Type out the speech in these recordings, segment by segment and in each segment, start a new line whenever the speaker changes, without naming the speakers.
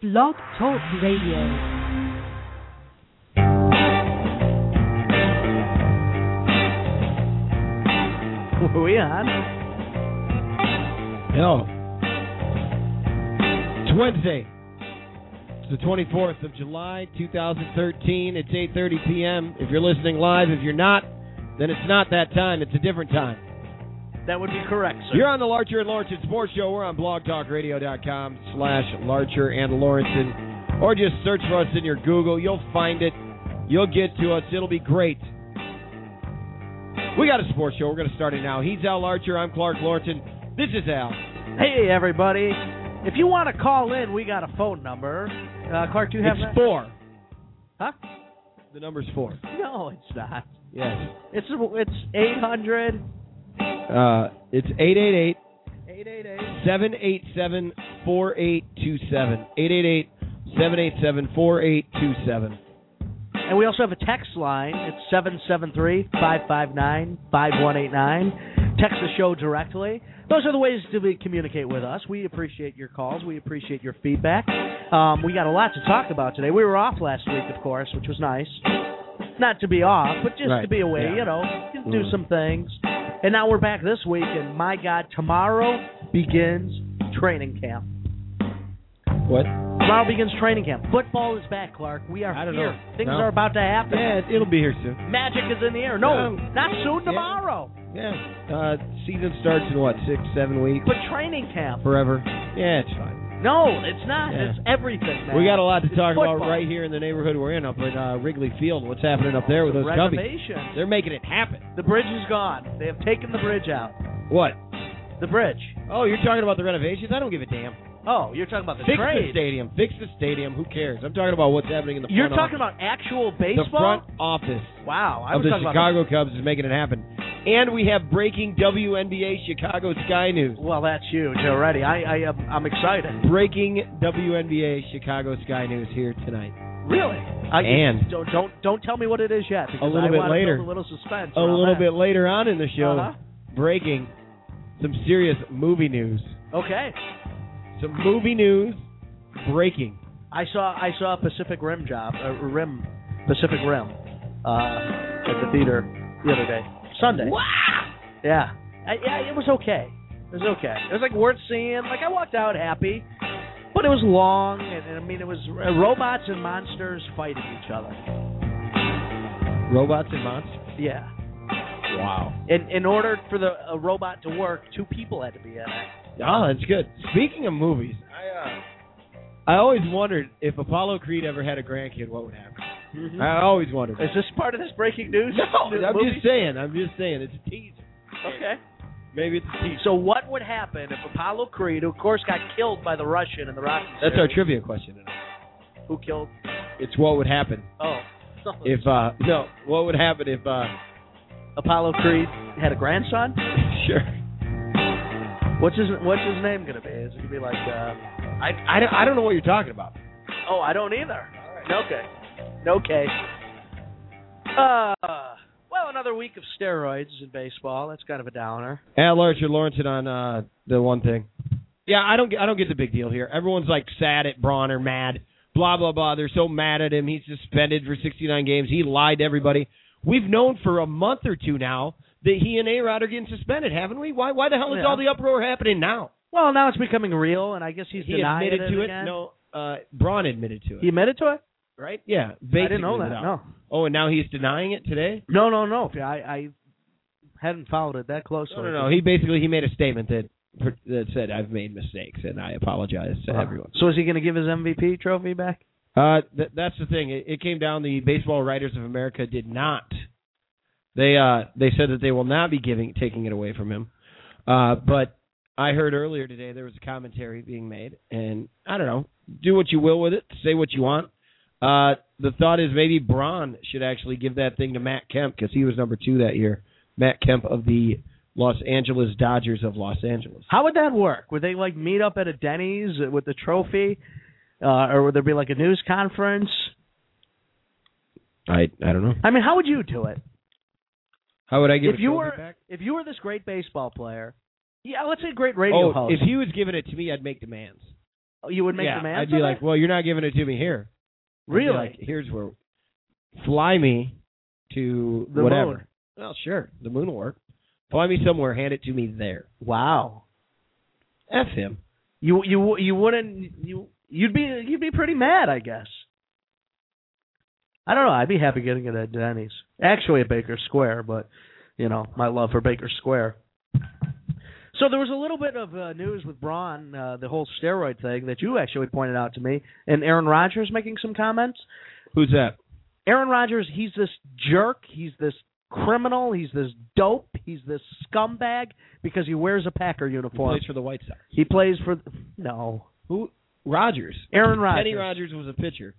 Blog Talk Radio.
we on?
No. It's Wednesday. It's the 24th of July, 2013. It's 8:30 p.m. If you're listening live, if you're not, then it's not that time. It's a different time.
That would be correct, sir.
You're on the Larcher and Lawrence Sports Show. We're on blogtalkradio.com slash Larcher and Lawrence. Or just search for us in your Google. You'll find it. You'll get to us. It'll be great. We got a sports show. We're going to start it now. He's Al Larcher. I'm Clark Lawrence. This is Al.
hey, everybody. If you want to call in, we got a phone number. Uh, Clark, do you have
it's
that?
four.
Huh?
The number's four.
No, it's not.
Yes.
It's it's 800
Uh, it's 888
888
787 4827. 888 787 4827.
And we also have a text line. It's 773 559 5189. Text the show directly. Those are the ways to be, communicate with us. We appreciate your calls. We appreciate your feedback. Um, we got a lot to talk about today. We were off last week, of course, which was nice. Not to be off, but just to
Right,
be away,
yeah.
you know, just do
Mm.
some things. And now we're back this week, and my God, tomorrow begins training camp.
What?
Tomorrow begins training camp. Football is back, Clark. We are
I don't
here.
know.
Things
No.
are about to happen.
Yeah, it'll be here soon.
Magic is in the air. No,
Yeah.
not soon
Yeah.
tomorrow,
Yeah. Uh, season starts in what, six, seven weeks?
but training camp.
Forever. Yeah, it's fine.
No, it's not.
Yeah.
It's everything. Man.
We got a lot to
It's
talk about
football.
right here in the neighborhood we're in up in uh, Wrigley Field. What's happening up there with
The
those Cubbies?
renovation.
They're making it happen.
The bridge is gone. They have taken the bridge out.
What?
The bridge.
Oh, you're talking about the renovations? I don't give a damn.
Oh, you're talking about the
Fix the
trade.
stadium. Fix the stadium. Who cares? I'm talking about what's happening in the front
You're talking about
office.
actual
the
baseball.
front office
Wow, I
of
was
the
talking
Chicago Cubs is making it happen. And we have breaking WNBA Chicago Sky news.
about. Well, that's huge already. I, I am, I'm excited.
Breaking WNBA Chicago Sky news here tonight.
Really? I,
And-
don't don't don't tell me what it is yet. Because
A little
I
bit
wanna
later.
build A little suspense.
A
around
little
that.
bit later on in the show,
Uh-huh.
breaking some serious movie news.
Okay.
Some movie news breaking.
I saw I saw Pacific Rim job uh, Rim Pacific Rim uh, at the theater the other day Sunday. Wow. Yeah. I, yeah. It was okay. It was okay. It was like worth seeing. Like I walked out happy, but it was long and, and I mean it was uh, robots and monsters fighting each other.
Robots and monsters.
Yeah.
Wow.
In in order for the a robot to work, two people had to be in it.
Oh, that's good. Speaking of movies, I uh, I always wondered if Apollo Creed ever had a grandkid, what would happen. I always wondered.
Is this part of this breaking news?
Uh, No,
This
I'm
movie?
just saying. I'm just saying. It's a teaser.
Okay.
Maybe it's a teaser.
So what would happen if Apollo Creed, who of course got killed by the Russian in the Rocky
That's our
series,
trivia question. tonight.
who killed?
It's what would happen
Oh,
if uh no, what would happen if uh
Apollo Creed had a grandson,
sure.
what's his what's his name gonna be? Is it gonna be like? Uh,
I I don't, I don't know what you're talking about.
oh, I don't either. Okay, no case. Uh, well, another week of steroids in baseball. That's kind of a downer.
Al Archer Lawrence on uh the one thing. Yeah, I don't get I don't get the big deal here. Everyone's like sad at Braun or mad. Blah blah blah. They're so mad at him. He's suspended for 69 games. He lied to everybody. We've known for a month or two now that he and A Rod are getting suspended, haven't we? Why why the hell is
Yeah.
all the uproar happening now?
Well, now it's becoming real, and I guess he's
he
denying
admitted to it.
again.
No, uh, Braun admitted to it.
He admitted to it.
right? Yeah. Basically
I didn't know that.
without-
No,
Oh, and now he's denying it today?
no, no, no. I, I hadn't followed it that closely.
No, no, no. He basically he made a statement that that said I've made mistakes and I apologize to
Uh-huh.
everyone.
So is he going to give his MVP trophy back?
Uh, th- that's the thing. It, it came down. The Baseball Writers of America did not. They uh they said that they will not be giving taking it away from him. Uh, but I heard earlier today there was a commentary being made, and I don't know. Do what you will with it. Say what you want. Uh, the thought is maybe Braun should actually give that thing to Matt Kemp because he was number two that year. Matt Kemp of the Los Angeles Dodgers of Los Angeles.
How would that work? Would they like meet up at a Denny's with the trophy, uh, or would there be like a news conference?
I I don't know.
I mean, how would you do it
How would I give
if
a
you
trophy
were
back?
if you were this great baseball player? Yeah, let's say great radio
Oh,
host.
if he was giving it to me, I'd make demands.
You would make
yeah,
demands.
I'd be
on
like,
it?
well, you're not giving it to me here. I'd be
really?
like, here's where. Fly me to
The
whatever.
moon.
Well, sure, the moon will work. Fly me somewhere. Hand it to me there.
Wow.
F him.
You you you wouldn't you you'd be you'd be pretty mad, I guess. I don't know. I'd be happy getting it at Denny's. Actually, at Baker Square, but you know my love for Baker Square. So there was a little bit of uh, news with Braun, uh, the whole steroid thing that you actually pointed out to me, and Aaron Rodgers making some comments.
Who's that?
Aaron Rodgers, he's this jerk, he's this criminal, he's this dope, he's this scumbag because he wears a Packer
Who
uniform.
plays for the White Sox.
He plays for no
Who? Rogers.
Aaron Rodgers.
Kenny Rogers was a pitcher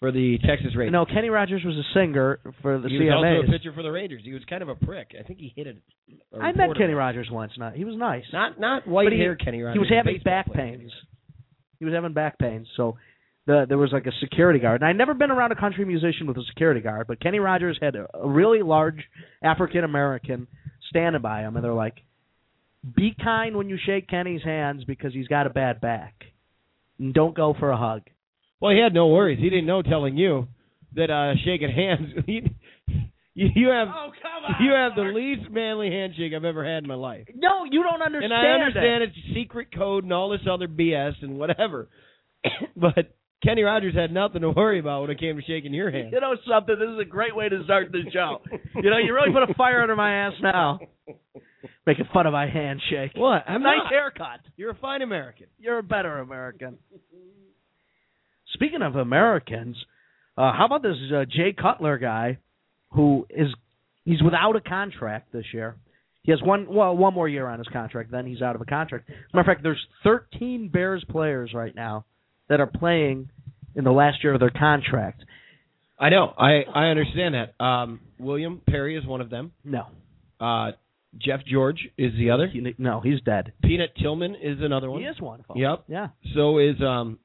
for the Texas Rangers.
No, Kenny Rogers was a singer for the
he was
CMAs.
also a pitcher for the Raiders. He was kind of a prick. I think he hit it.
I met Kenny Rogers once. Not he was nice.
Not not white
But he-
hair Kenny Rogers.
he was having
baseball
back
player Kenny
pains.
Rogers.
He was having back pains, so the, there was like a security guard. And I'd never been around a country musician with a security guard, but Kenny Rogers had a, a really large African American standing by him, and they're like, "Be kind when you shake Kenny's hands because he's got a bad back. And don't go for a hug."
Well, he had no worries. He didn't know telling you that uh shaking hands. you, you have
Oh,
you have the least manly handshake I've ever had in my life.
No, you don't understand.
and I
that.
understand it's secret code and all this other BS and whatever, but Kenny Rogers had nothing to worry about when it came to shaking your hand.
You know something? This is a great way to start the show. you know, you really put a fire under my ass now. Making fun of my handshake.
What? I'm
nice
not.
haircut.
You're a fine American.
You're a better American. Speaking of Americans, uh, how about this uh, Jay Cutler guy, who is he's without a contract this year. He has one well one more year on his contract, then he's out of a contract. As a matter of fact, there's 13 Bears players right now that are playing in the last year of their contract.
I know. I I understand that. Um, William Perry is one of them.
No,
Uh, Jeff George is the other.
He- no, he's dead.
Peanut Tillman is another one.
He is wonderful.
Yep.
Yeah.
So is um.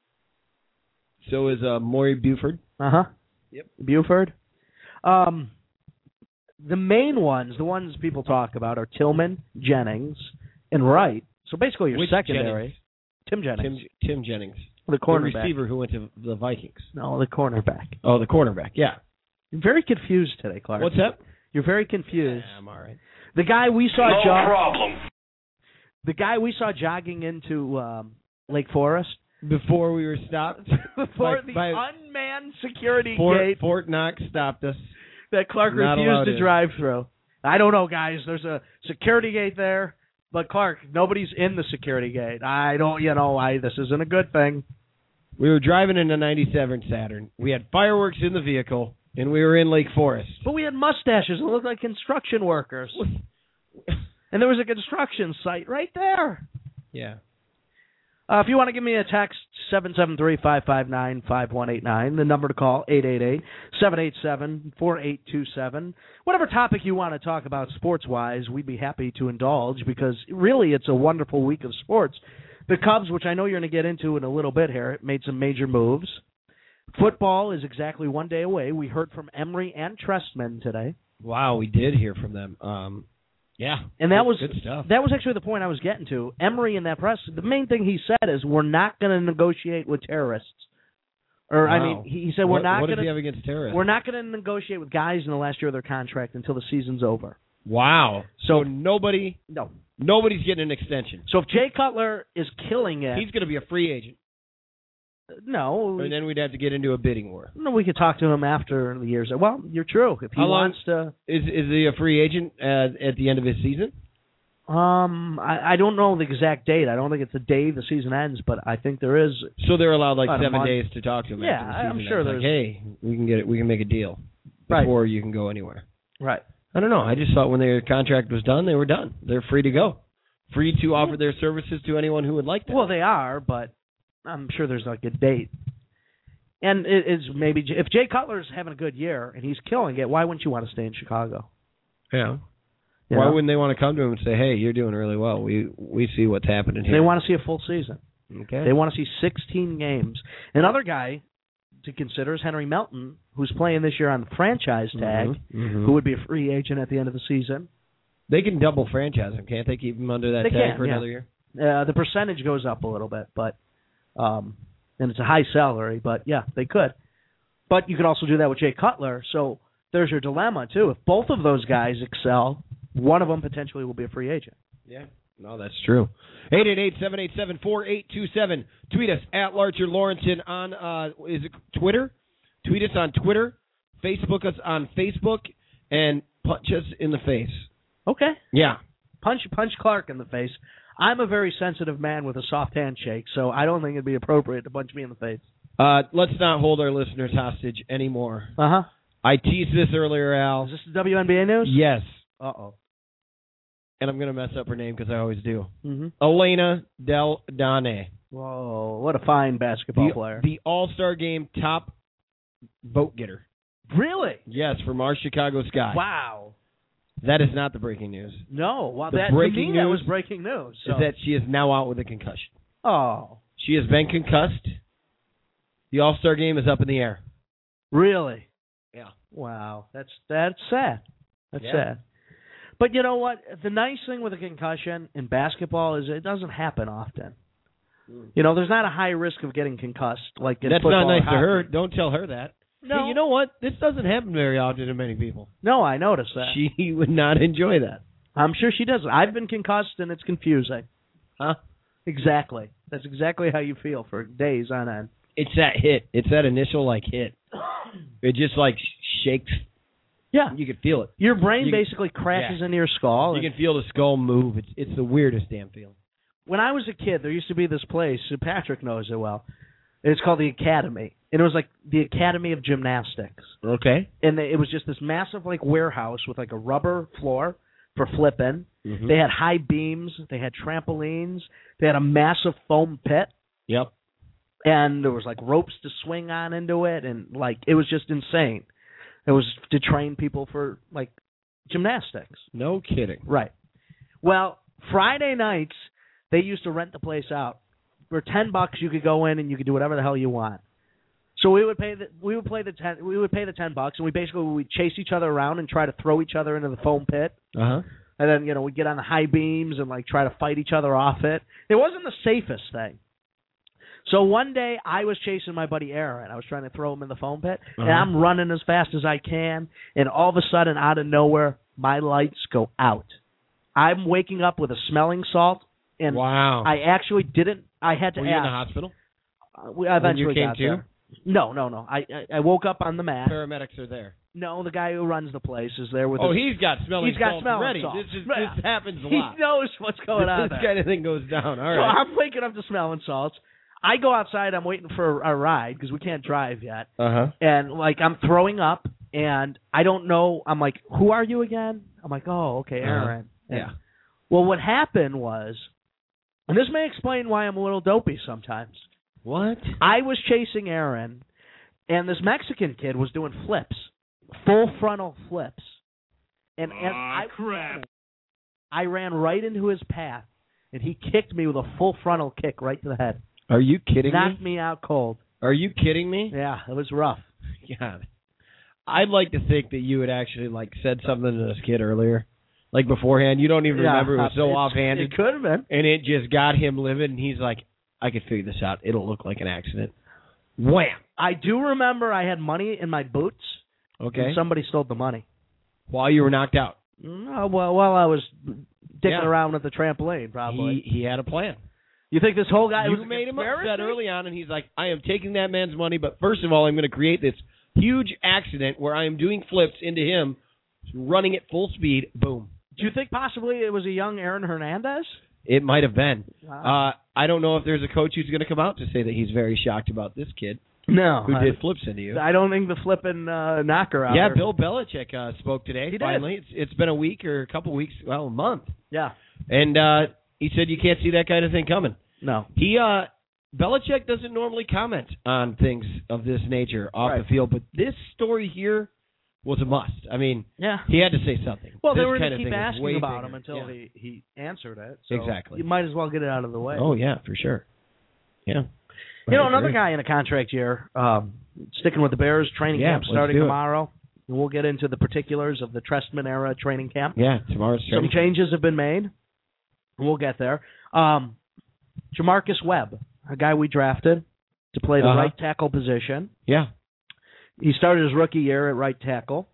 So is uh Maury Buford.
Uh huh.
Yep.
Buford. Um, the main ones, the ones people talk about, are Tillman, Jennings, and Wright. So basically, your
Which
secondary, Tim Jennings,
Jennings? Tim Tim Jennings,
the
the
cornerback.
receiver who went to the Vikings.
no, the cornerback.
Oh, the cornerback. Yeah.
You're very confused today, Clark.
What's up?
You're very confused.
Yeah, I'm all right.
The guy we saw
no
jog-
problem.
the guy we saw jogging into um, Lake Forest
Before we were stopped,
before
Like
the
by-
unmanned security
Fort,
gate
Fort Knox stopped us.
that Clark
Not allowed
refused
in.
to drive through. I don't know, guys. There's a security gate there, but Clark, nobody's in the security gate. I don't, you know, I this isn't a good thing.
We were driving in a '97 Saturn. We had fireworks in the vehicle, and we were in Lake Forest.
But we had mustaches and looked like construction workers, and there was a construction site right there.
Yeah.
Uh, if you want to give me a text, 773-559-5189. The number to call, 888-787-4827. Whatever topic you want to talk about sports-wise, we'd be happy to indulge because really it's a wonderful week of sports. The Cubs, which I know you're going to get into in a little bit here, made some major moves. Football is exactly one day away. We heard from Emery and Trestman today.
Wow, we did hear from them. Um, yeah,
And that
Good-
was-
good stuff.
That was actually the point I was getting to. Emery in that press, the main thing he said is, "We're not going to negotiate with terrorists." Or I
Wow.
mean, he he said, "We're
what,
not
What does
going
he
to
have against terrorists?
we're not going to negotiate with guys in the last year of their contract until the season's over."
wow. So
So-
nobody,
No.
nobody's getting an extension.
So if Jay Cutler is killing it,
He's going to be a free agent,
no,
and then we'd have to get into a bidding war.
no, we could talk to him after the year's. Well, you're true. If he
How long-
wants to,
Is is he a free agent at, at the end of his season?
um, I, I don't know the exact date. I don't think it's the day the season ends, but I think there is
So they're allowed like
About a
seven
month.
days to talk to him.
Yeah,
after the
I- I'm
season
sure
ends. Like, hey, we can get it. We can make a deal
Right.
before you can go anywhere.
right.
I don't know. I just thought when their contract was done, they were done. They're free to go, free to offer their services to anyone who would like them.
Well, they are, but I'm sure there's like a date. And it is maybe if Jay Cutler's having a good year and he's killing it, why wouldn't you want to stay in Chicago?
yeah.
You
Why
know?
wouldn't they want to come to him and say, "Hey, you're doing really well. We we see what's happening here."
they want to see a full season?
okay.
They want to see 16 games. Another guy to consider is Henry Melton, who's playing this year on the franchise tag,
Mhm.
who would be a free agent at the end of the season.
They can double franchise him, can't they? Keep him under that
They
tag
can,
for
yeah.
another year.
Uh, the percentage goes up a little bit, but um, and it's a high salary. But yeah, they could. But you could also do that with Jay Cutler. So there's your dilemma too. If both of those guys excel, one of them potentially will be a free agent.
Yeah. No, that's true. 888-787-4827. Tweet us at Larcher Lawrenson on uh, is it Twitter? Tweet us on Twitter. Facebook us on Facebook and punch us in the face.
Okay.
Yeah.
punch punch Clark in the face. I'm a very sensitive man with a soft handshake, so I don't think it'd be appropriate to punch me in the face.
Uh, let's not hold our listeners hostage anymore.
Uh huh.
I teased this earlier,
Is
Al.
this the WNBA news?
Yes.
Uh oh.
And I'm going to mess up her name because I always do.
Mm-hmm.
Elena Del Donne.
Whoa, what a fine basketball
The,
player.
the All-Star Game top vote getter.
Really?
Yes, from our Chicago Sky.
Wow.
That is not the breaking news.
No, wow.
The
that
breaking
to me, that
news
was breaking news. So.
Is that she is now out with a concussion.
oh,
She has been concussed. The All Star game is up in the air.
really?
Yeah.
Wow, that's that's sad. That's
Yeah.
sad. But you know what? The nice thing with a concussion in basketball is it doesn't happen often. You know, there's not a high risk of getting concussed like in
That's
football
not
or
nice to
hockey.
her. Don't tell her that.
No,
Hey, you know what? This doesn't happen very often to many people.
no, I noticed that.
She would not enjoy that.
I'm sure she doesn't. I've been concussed and it's confusing.
Huh?
Exactly. That's exactly how you feel for days on end.
It's that hit. It's that initial like hit. It just like sh- shakes.
Yeah.
You can feel it.
Your brain
You-
basically crashes into your skull.
You
and-
can feel the skull move. It's it's the weirdest damn feeling.
when I was a kid, there used to be this place. Patrick knows it well. It's called the Academy, and it was like the Academy of Gymnastics,
Okay.
and they, it was just this massive like warehouse with like a rubber floor for flipping.
Mm-hmm.
They had high beams, they had trampolines, they had a massive foam pit,
Yep.
and there was like ropes to swing on into it, and like it was just insane. It was to train people for like gymnastics.
No kidding.
Right. Well, Friday nights they used to rent the place out. For ten bucks, you could go in and you could do whatever the hell you want. So we would pay the we would play the ten we would pay the ten bucks and we basically would chase each other around and try to throw each other into the foam pit
Uh huh.
and then you know we'd get on the high beams and like try to fight each other off it. It wasn't the safest thing. So one day I was chasing my buddy Aaron. I was trying to throw him in the foam pit, and
Uh-huh.
I'm running as fast as I can. And all of a sudden, out of nowhere, my lights go out. I'm waking up with a smelling salt, and
Wow.
I actually didn't. I had to
Oh. Were you in the
ask.
hospital?
Uh, we- I
when you
eventually
came
got
to?
there. No, no, no. I, I I woke up on the mat.
Paramedics are there.
No, the guy who runs the place is there with.
Oh,
his,
he's got smelling
He's got
salts
smelling
ready.
salts.
This is
Yeah.
this happens a
he
lot.
knows what's going on.
this
there.
kind of thing goes down. All
so
right.
I'm waking up to smelling salts. I go outside. I'm waiting for a ride because we can't drive yet.
Uh huh.
And like I'm throwing up, and I don't know. I'm like, who are you again? I'm like, oh, okay,
Uh-huh.
Aaron. And-
Yeah.
Well, what happened was, and this may explain why I'm a little dopey sometimes.
What?
I was chasing Aaron, and this Mexican kid was doing flips, full frontal flips, and and I crap. I ran right into his path, and he kicked me with a full frontal kick right to the head,
Are you kidding
knocked
me?
me out cold.
Are you kidding me?
Yeah, it was rough.
God. I'd like to think that you had actually like said something to this kid earlier, like beforehand. You don't even
Yeah,
remember. It was so
it's-
offhanded,
It could have been.
and it just got him livid. And he's like, "I could figure this out. It'll look like an accident." Wham.
I do remember I had money in my boots,
Okay.
and somebody stole the money.
While you were knocked out,
No, well, while I was dicking
Yeah.
around with the trampoline, probably.
he he had a plan.
you think this whole guy
you
was a
made him
conspiracy?
upset early on, and he's like, "I am taking that man's money, but first of all, I'm going to create this huge accident where I am doing flips into him, running at full speed. Boom!
Do you think possibly it was a young Aaron Hernandez?
It might have been.
Wow.
Uh, I don't know if there's a coach who's going to come out to say that he's very shocked about this kid
no,
who
I,
did flips into you.
I don't think the flipping uh, knocker out.
Yeah,
there-
Bill Belichick uh, spoke today.
He did.
finally, it's it's been a week or a couple weeks, well, a month,
Yeah,
and uh, he said you can't see that kind of thing coming.
no.
He uh Belichick doesn't normally comment on things of this nature off
Right.
the field, but this story here was a must. I mean,
Yeah.
he had to say something.
Well, they
This
were
kind
going
of
to keep
thing is way
asking about him
bigger.
until
Yeah.
he, he answered it. so
Exactly.
You might as well get it out of the way.
Oh yeah, for sure. Yeah.
you know,
I
another
agree.
guy in a contract year, um, sticking with the Bears, training
Yeah,
camp
let's
starting
do it.
tomorrow. And we'll get into the particulars of the Trestman era training camp.
Yeah, tomorrow's
Some
training.
changes have been made. We'll get there. Um, Jamarcus Webb a guy we drafted to play the
Uh-huh.
right tackle position.
Yeah.
He started his rookie year at right tackle.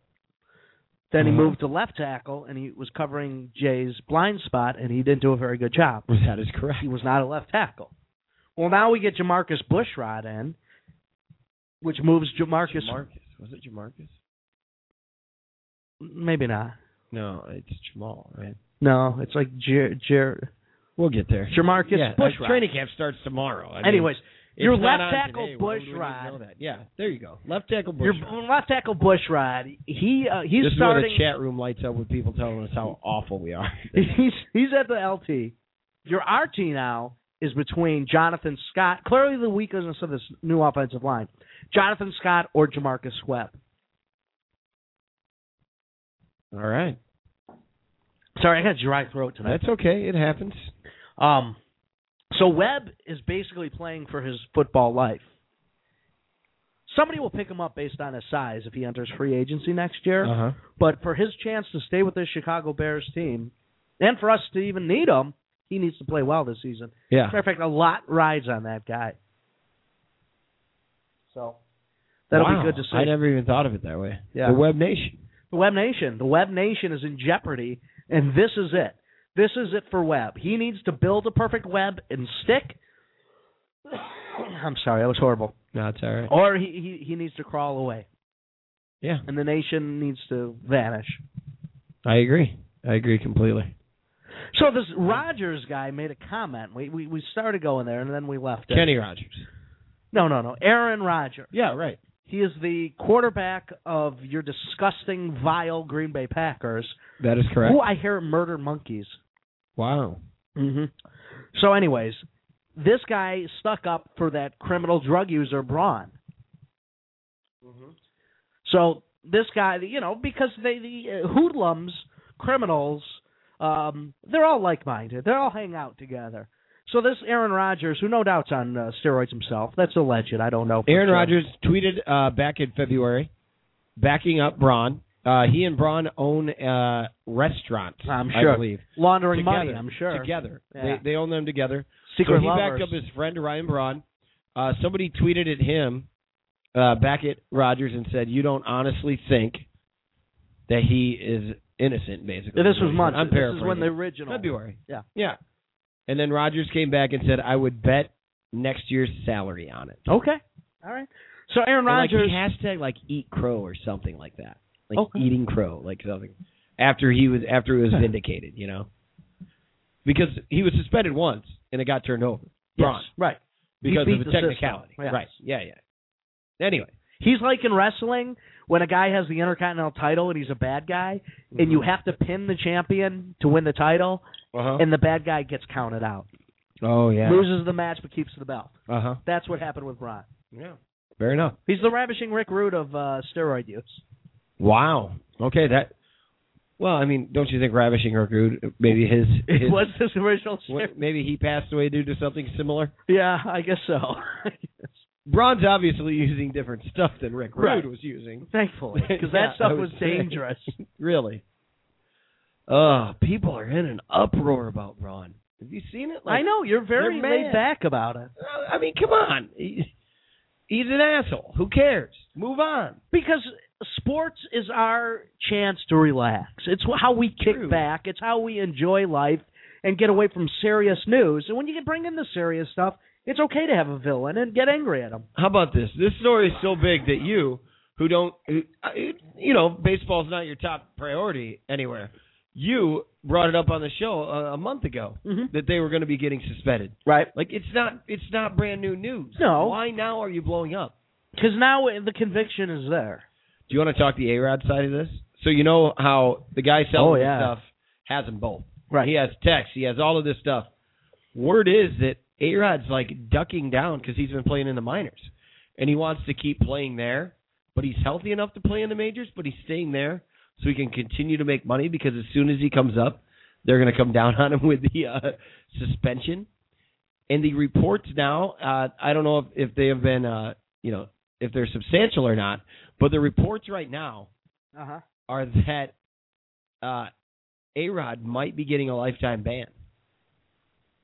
Then he
Uh-huh.
moved to left tackle, and he was covering Jay's blind spot, and he didn't do a very good job.
That is correct.
He was not a left tackle. Well, now we get Jamarcus Bushrod in, which moves Jamarcus.
Was it Jamarcus?
Maybe not.
No, it's Jamal, right?
No, it's like Jer, Jer,
We'll get there.
Jamarcus
yeah, uh,
Bushrod.
Training camp starts tomorrow. I mean,
Anyways,
it's
your
not
left
on
tackle
today. Why would we need to
Bushrod.
know that? Yeah, there you go. Left tackle
your
Bushrod.
left tackle Bushrod, he uh, he's
this
starting.
is where the chat room lights up with people telling us how awful we are.
he's he's at the LT. Your RT now is between Jonathan Scott, clearly the weakness of this new offensive line, Jonathan Scott or Jamarcus Webb.
All right,
Sorry, I got a dry throat tonight.
that's okay. It happens.
Um, so Webb is basically playing for his football life. Somebody will pick him up based on his size if he enters free agency next year.
huh.
But for his chance to stay with this Chicago Bears team, and for us to even need him, he needs to play well this season.
Yeah.
Matter of fact, a lot rides on that guy. So that'll
Wow,
be good to see.
I never even thought of it that way.
Yeah.
The Web Nation.
The Web Nation. The Web Nation is in jeopardy, and this is it. This is it for Webb. He needs to build a perfect web and stick. I'm sorry, that was horrible.
No, it's all right.
Or he, he, he needs to crawl away,
Yeah,
and the nation needs to vanish.
I agree. I agree completely.
So this Rogers guy made a comment. We we, we started going there, and then we left it.
Kenny Rogers.
No, no, no. Aaron Rodgers.
Yeah, right.
He is the quarterback of your disgusting, vile Green Bay Packers,
That is correct.
who I hear murder monkeys.
Wow.
Mm-hmm. So, anyways, this guy stuck up for that criminal drug user Braun. So this guy, you know, because they the uh, hoodlums, criminals, um, they're all like-minded. They all hang out together. So this Aaron Rodgers, who no doubt's on uh, steroids himself, that's a legend. I don't know. for
Aaron
sure.
Rodgers tweeted uh, back in February, backing up Braun. Uh, he and Braun own uh, restaurants,
I'm
I
sure.
believe.
laundering
together,
money. I'm sure.
Together.
Yeah.
They, they own them together.
Secret
so he
lovers.
backed up his friend Ryan Braun. Uh, somebody tweeted at him uh, back at Rogers and said, "You don't honestly think that he is innocent?" Basically,
this was months.
I'm
this is
paraphrasing.
when the original.
February.
Yeah.
yeah. And then Rogers came back and said, "I would bet next year's salary on it."
Okay. All right. So Aaron
And,
Rodgers.
like, he hashtag like eat crow or something like that, like
Okay.
eating crow, like something. After he was after he was vindicated, you know, because he was suspended once and it got turned over. Braun
yes. Right. He
because
beat
of a
the
technicality.
system. Yes.
Right. Yeah, yeah. Anyway,
He's like in wrestling when a guy has the Intercontinental title and he's a bad guy, and you have to pin the champion to win the title,
Mm-hmm. uh-huh.
and the bad guy gets counted out.
oh yeah,
Loses the match but keeps the belt.
uh huh,
That's what happened with Braun.
yeah, fair enough.
He's the ravishing Rick Rude of uh, steroid use.
Wow. Okay, that. Well, I mean, don't you think ravishing Rick Rude? Maybe his,
It
his
was his original steroid.
what- maybe he passed away due to something similar.
Yeah, I guess so. I guess.
Braun's obviously using different stuff than Rick Rude
Right.
was using.
Thankfully, because
Yeah,
that stuff
I
was
would say.
dangerous.
Really. Uh, people are in an uproar about Braun. Have you seen it? Like,
I know you're very
they're
laid
mad.
back about it
I mean, come on. He- He's an asshole. Who cares? Move on.
because sports is our chance to relax. It's wh- how we kick
True.
back. It's how we enjoy life and get away from serious news. And when you can bring in the serious stuff, it's okay to have a villain and get angry at him.
How about this? This story is so big that you, who don't, who, uh, you know, baseball's not your top priority anywhere. You brought it up on the show uh, a, a month ago
Mhm.
that they were going to be getting suspended.
Right.
Like it's not, it's not brand new news.
No.
Why now are you blowing up?
Because now the conviction is there.
Do you want to talk the A Rod side of this? So you know how the guy selling
Oh,
this
yeah.
stuff has them both.
Right.
He has text. He has all of this stuff. Word is that A Rod's like ducking down because he's been playing in the minors, and he wants to keep playing there. But he's healthy enough to play in the majors, but he's staying there so he can continue to make money because as soon as he comes up, they're going to come down on him with the uh, suspension. And the reports now, uh, I don't know if, if they have been, uh, you know, if they're substantial or not, but the reports right now
Uh-huh.
are that uh, A Rod might be getting a lifetime ban.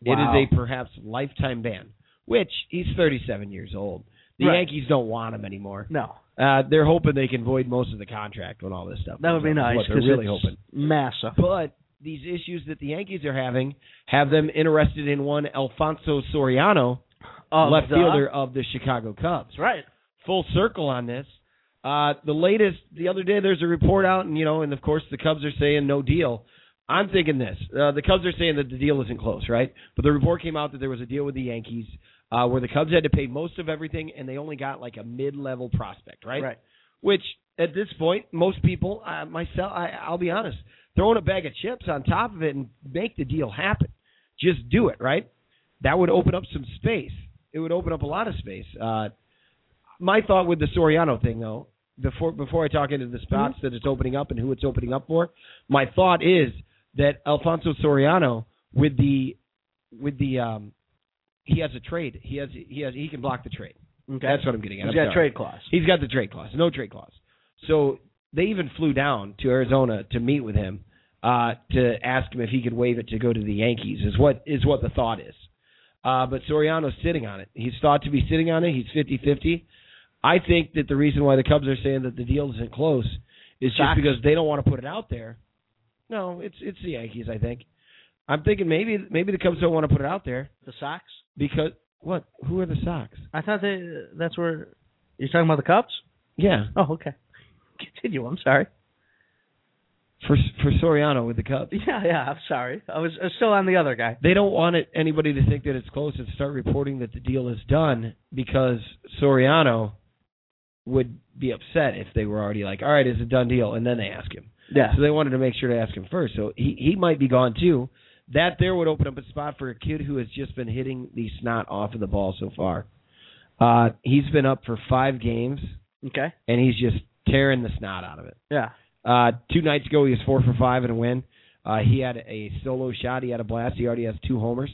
Wow.
It is a perhaps lifetime ban which he's 37 years old. The
Right.
Yankees don't want him anymore.
No,
Uh, they're hoping they can void most of the contract when all this stuff.
that would
comes
be
up,
nice
is What they're
because
really
it's
hoping.
massa.
But these issues that the Yankees are having have them interested in one Alfonso Soriano,
Of
left
the-
fielder of the Chicago Cubs.
That's right.
Full circle on this. Uh, the latest, the other day, there's a report out, and you know, and of course the Cubs are saying no deal. I'm thinking this: uh, the Cubs are saying that the deal isn't close, right? But the report came out that there was a deal with the Yankees uh, where the Cubs had to pay most of everything, and they only got like a mid-level prospect, right?
Right.
Which at this point, most people, uh, myself, I, I'll be honest, throwing a bag of chips on top of it and make the deal happen. Just do it, right? That would open up some space. It would open up a lot of space. Uh, my thought with the Soriano thing, though, before before I talk into the spots
Mm-hmm.
that it's opening up and who it's opening up for, my thought is that Alfonso Soriano with the with the um, he has a trade. He has he has he can block the trade.
Okay.
That's what I'm getting at.
He's
I'm
got
sorry.
trade clause.
He's got the trade clause, no trade clause. So they even flew down to Arizona to meet with him uh, to ask him if he could waive it to go to the Yankees. Is what is what the thought is. Uh, but Soriano's sitting on it. He's thought to be sitting on it. He's 50-50. I think that the reason why the Cubs are saying that the deal isn't close is just
Socks.
because they don't want to put it out there. No, it's it's the Yankees. I think. I'm thinking maybe maybe the Cubs don't want to put it out there
The Sox.
because what? Who are the Sox?
I thought they, that's where you're talking about the Cubs.
Yeah,
Oh, okay. Continue. I'm sorry.
for for Soriano with the Cubs.
Yeah, yeah. I'm sorry. I was, I was still on the other guy.
they don't want it, anybody to think that it's close and start reporting that the deal is done because Soriano would be upset if they were already like, all right, it's a done deal, and then they ask him.
Yeah.
So they wanted to make sure to ask him first. So he he might be gone too. That there would open up a spot for a kid who has just been hitting the snot off of the ball so far. Uh, he's been up for five games
Okay.
and he's just tearing the snot out of it.
Yeah.
Uh, two nights ago, he was four for five and a win. Uh, he had a solo shot. He had a blast. He already has two homers.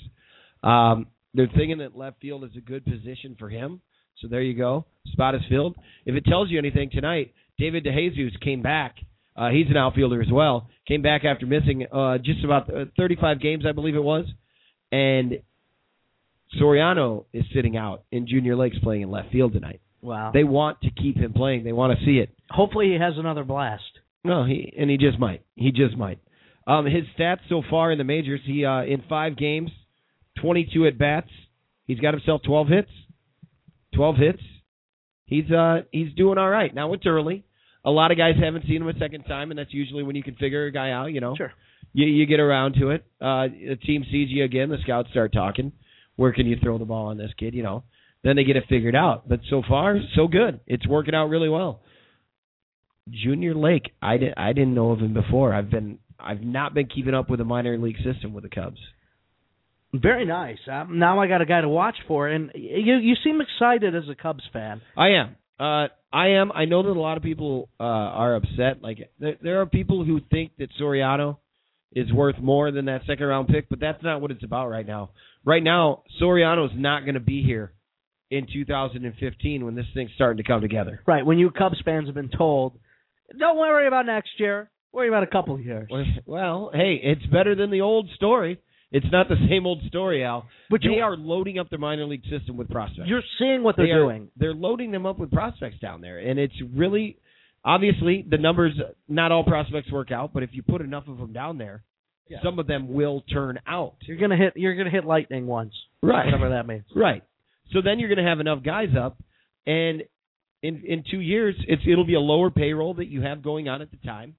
Um, they're thinking that left field is a good position for him. So there you go. Spot is filled. If it tells you anything tonight, David DeJesus came back. Uh, he's an outfielder as well. Came back after missing uh, just about uh, 35 games, I believe it was. And Soriano is sitting out, and Junior Lake's playing in left field tonight.
Wow.
They want to keep him playing. They want to see it.
Hopefully he has another blast.
No, he and he just might. He just might. Um, his stats so far in the majors: he uh, in five games, twenty-two at bats. He's got himself twelve hits. Twelve hits. He's uh he's doing all right. Now it's early. A lot of guys haven't seen him a second time, and that's usually when you can figure a guy out. You know,
Sure.
you you get around to it. Uh, the team sees you again. The scouts start talking. Where can you throw the ball on this kid? You know, then they get it figured out. But so far, so good. It's working out really well. Junior Lake, I didn't I didn't know of him before. I've been I've not been keeping up with the minor league system with the Cubs.
Very nice. Um, now I got a guy to watch for, and y- you you seem excited as a Cubs fan.
I am. Uh, I am. I know that a lot of people uh, are upset. Like there, there are people who think that Soriano is worth more than that second round pick, but that's not what it's about right now. Right now, Soriano's not going to be here in 2015 when this thing's starting to come together.
Right. When you Cubs fans have been told, don't worry about next year. Worry about a couple years.
Well, hey, it's better than the old story. It's not the same old story, Al.
But
they
you-
are loading up their minor league system with prospects.
You're seeing what they're
they are-
doing.
They're loading them up with prospects down there, and it's really obviously the numbers. Not all prospects work out, but if you put enough of them down there,
Yeah.
some of them will turn out.
You're gonna hit. You're gonna hit lightning once.
Right.
Whatever that means.
Right. So then you're going to have enough guys up, and in in two years, it's it'll be a lower payroll that you have going on at the time,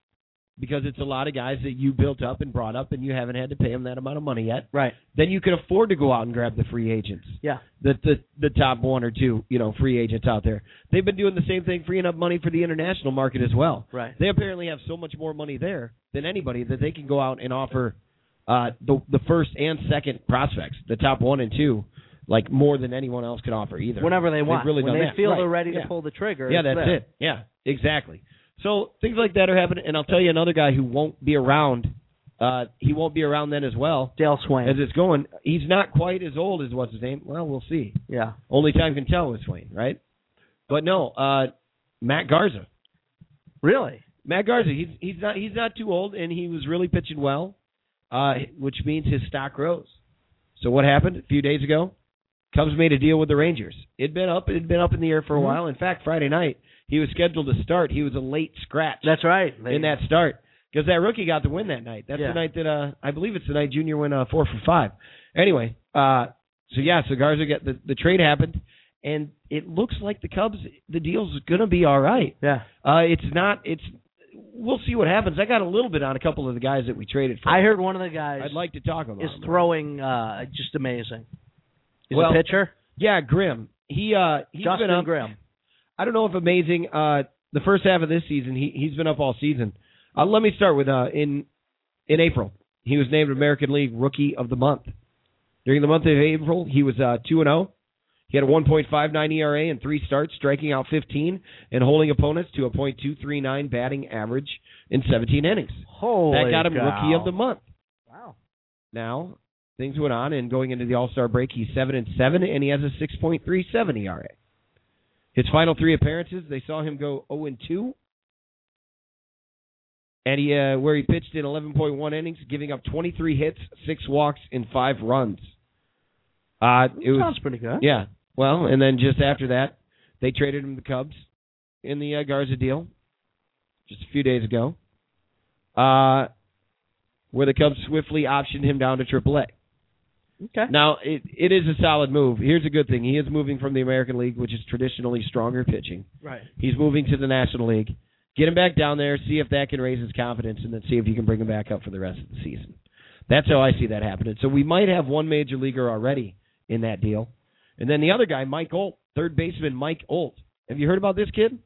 because it's a lot of guys that you built up and brought up, and you haven't had to pay them that amount of money yet.
Right.
Then you can afford to go out and grab the free agents
Yeah.
the, the the top one or two, you know, free agents out there. They've been doing the same thing, freeing up money for the international market as well.
Right.
They apparently have so much more money there than anybody that they can go out and offer uh, the the first and second prospects, the top one and two, like more than anyone else could offer either.
Whenever they
They've
want.
really
when
done
they
that.
feel
Right.
they're ready
Yeah.
to pull the trigger.
Yeah,
it's
that's
there.
it. Yeah, exactly. So things like that are happening, and I'll tell you another guy who won't be around. Uh, he won't be around then as well
Dale Swain.
as it's going. He's not quite as old as what's his name. Well, we'll see.
yeah.
Only time can tell with Swain, right? But no, uh, Matt Garza.
Really.
Matt Garza, he's he's not he's not too old, and he was really pitching well, uh, which means his stock rose. So what happened a few days ago? Cubs made a deal with the Rangers. It'd been up. It'd been up in the air for a
Mhm.
while. In fact, Friday night he was scheduled to start. He was a late scratch
That's right.
in that start because that rookie got the win that night. That's
Yeah.
the night that uh, I believe it's the night Junior went uh, four for five. Anyway, uh, so yeah, so Garza got the, the trade happened, and it looks like the Cubs the deal's gonna be all right.
Yeah.
Uh, it's not. It's we'll see what happens. I got a little bit on a couple of the guys that we traded for.
I heard one of the guys
I'd like to talk about
is
them.
throwing uh, just amazing. Is
Well,
a pitcher?
Yeah, Grimm. He uh he's
Justin
been up.
Graham.
I don't know if amazing. Uh, the first half of this season, he he's been up all season. Uh, let me start with uh in in April, he was named American League Rookie of the Month. During the month of April, he was uh two and zero. He had a 1.59 ERA E and three starts, striking out 15 and holding opponents to a .239 batting average in 17 innings.
Holy
that got him
cow.
Rookie of the Month.
Wow.
Now things went on, and going into the All Star break, he's seven and seven, and he has a six point three seven ERA. His final three appearances, they saw him go zero and two, and he uh, where he pitched in eleven point one innings, giving up twenty three hits, six walks, and five runs. Uh, it was
Sounds pretty good.
yeah. Well, and then just after that, they traded him to the Cubs in the uh, Garza deal just a few days ago, uh, where the Cubs swiftly optioned him down to AAA.
Okay.
Now, it, it is a solid move. Here's a good thing he is moving from the American League, which is traditionally stronger pitching.
Right.
He's moving to the National League. Get him back down there, see if that can raise his confidence, and then see if you can bring him back up for the rest of the season. That's how I see that happening. So we might have one major leaguer already in that deal. And then the other guy, Mike Olt, third baseman Mike Olt. Have you heard about this kid?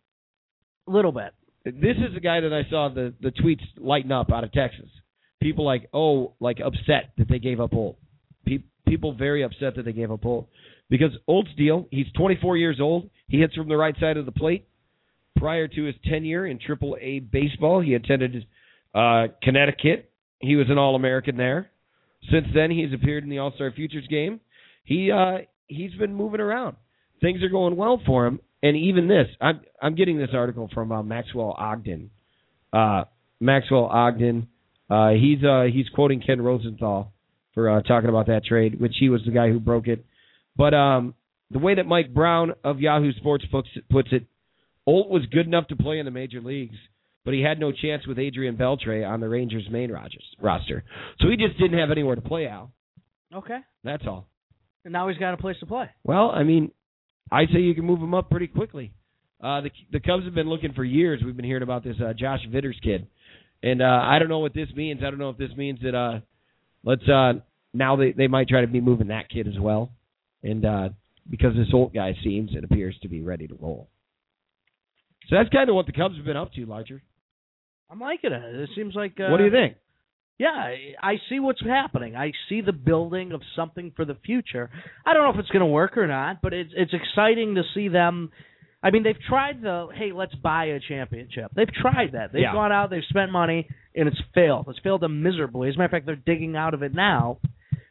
A little bit.
This is a guy that I saw the, the tweets lighten up out of Texas. People like, oh, like upset that they gave up Olt. Pe- people very upset that they gave up Olt. Because Olt's deal, he's 24 years old. He hits from the right side of the plate. Prior to his tenure in Triple A baseball, he attended uh, Connecticut. He was an All American there. Since then, he's appeared in the All Star Futures game. He uh, he's been moving around. Things are going well for him. And even this, I'm I'm getting this article from uh, Maxwell Ogden. Uh, Maxwell Ogden. Uh, he's uh, he's quoting Ken Rosenthal for uh, talking about that trade, which he was the guy who broke it. But um, the way that Mike Brown of Yahoo Sports puts puts it, Olt was good enough to play in the major leagues, but he had no chance with Adrian Beltre on the Rangers' main Rogers, roster. So he just didn't have anywhere to play out.
Okay.
That's all.
And now he's got a place to play.
Well, I mean, I say you can move him up pretty quickly. Uh, the the Cubs have been looking for years. We've been hearing about this uh, Josh Vitters kid, and uh, I don't know what this means. I don't know if this means that uh, let's uh, now they they might try to be moving that kid as well, and uh, because this old guy seems and appears to be ready to roll. So that's kind of what the Cubs have been up to, Larger.
I'm liking it. It seems like. Uh,
what do you think?
Yeah, I- I see what's happening. I see the building of something for the future. I don't know if it's going to work or not, but it's it's exciting to see them. I mean, they've tried the hey, let's buy a championship. They've tried that. They've
Yeah.
gone out, they've spent money, and it's failed. It's failed them miserably. As a matter of fact, they're digging out of it now.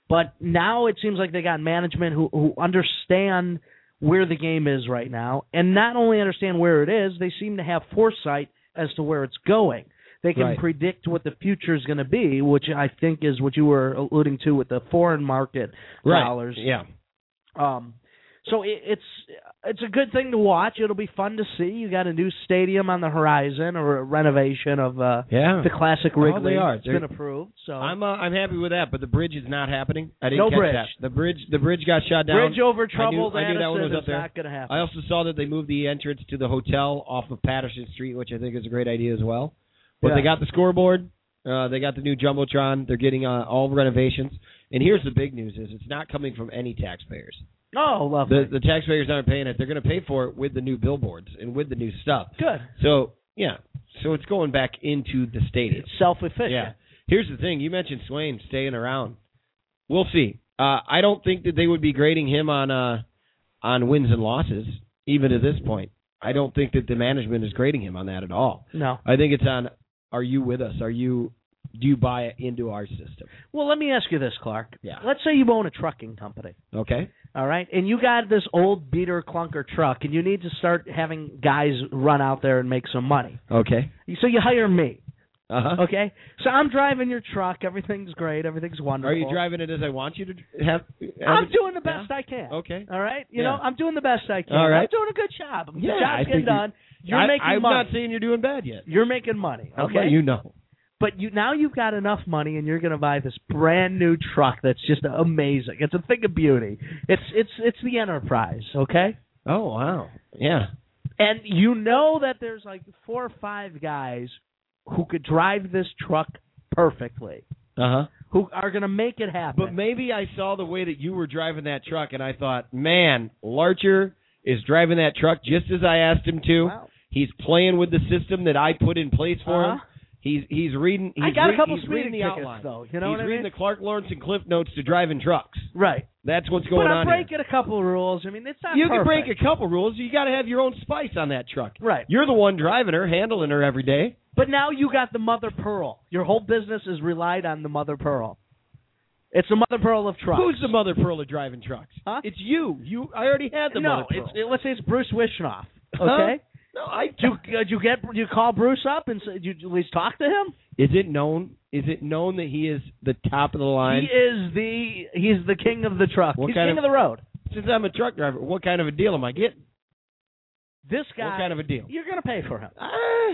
But now it seems like they got management who who understand where the game is right now, and not only understand where it is, they seem to have foresight as to where it's going. They can
Right.
predict what the future is going to be, which I think is what you were alluding to with the foreign market dollars.
Yeah.
Um, so it, it's it's a good thing to watch. It'll be fun to see. You got a new stadium on the horizon or a renovation of uh,
Yeah.
the classic Wrigley.
Hmm. Oh, they are.
It's
They're-
been approved. So
I'm uh, I'm happy with that, but the bridge is not happening. I didn't
No
catch
bridge.
that. The bridge the bridge got shot down.
bridge over troubled
I knew that one
Addison
was up
is
there.
not going to happen.
I also saw that they moved the entrance to the hotel off of Patterson Street, which I think is a great idea as well. But
Yeah.
they got the scoreboard, uh, they got the new jumbotron. They're getting uh, all renovations. And here's the big news: is it's not coming from any taxpayers.
oh, lovely.
The the taxpayers aren't paying it. They're going to pay for it with the new billboards and with the new stuff.
good.
So yeah, so it's going back into the stadium.
It's self-efficient.
Yeah. Here's the thing: you mentioned Swain staying around. We'll see. Uh, I don't think that they would be grading him on uh, on wins and losses, even at this point. I don't think that the management is grading him on that at all.
No.
I think it's on: Are you with us? Are you do you buy into our system?
Well, let me ask you this, Clark.
Yeah.
Let's say you own a trucking company.
Okay.
All right, and you got this old beater clunker truck, and you need to start having guys run out there and make some money.
Okay.
So you hire me.
Uh-huh.
Okay, so I'm driving your truck. Everything's great. Everything's wonderful.
Are you driving it as I want you to have? have
I'm
it?
doing the best I can.
Okay.
All right, you
Yeah.
know I'm doing the best I can.
All right.
I'm doing a good job. The
Yeah, I
job's getting
think you-
done. You're
I,
making
I'm
money.
not saying you're doing bad yet.
You're making money.
I'll
okay,
let you know.
but you now you've got enough money and you're going to buy this brand new truck that's just amazing. It's a thing of beauty. It's it's it's the enterprise, okay?
Oh wow. Yeah.
And you know that there's like four or five guys who could drive this truck perfectly,
Uh huh.
who are going to make it happen.
But maybe I saw the way that you were driving that truck, and I thought, man, Larcher is driving that truck just as I asked him to.
Wow.
He's playing with the system that I put in place for him.
Uh-huh.
He's he's reading. He's
I got
rea-
a couple
he's reading
speeding
the
tickets
outline.
though. You know
he's
what I
reading
mean?
the Clark Lawrence and Cliff Notes to driving trucks.
right.
That's what's going
But
on.
I'm
here.
breaking a couple rules. I mean, it's not
You
perfect.
can break a couple rules. You got to have your own spice on that truck.
Right.
You're the one driving her, handling her every day.
But now you got the mother pearl. Your whole business is relied on the mother pearl. It's the mother pearl of trucks.
Who's the mother pearl of driving trucks?
Huh?
It's you. You. I already had the
no,
mother pearl.
it's, it- let's say it's Bruce Wishnoff.
Huh?
Okay,
No, I.
do you, uh, do you get do you call Bruce up and say, do you at least talk to him?
Is it known? Is it known that he is the top of the line?
He is the he's the king of the truck.
What
he's
kind
king
of-
of, the road.
Since I'm a truck driver, what kind of a deal am I getting?
This guy,
What kind of a deal?
you're gonna pay for him.
Ah,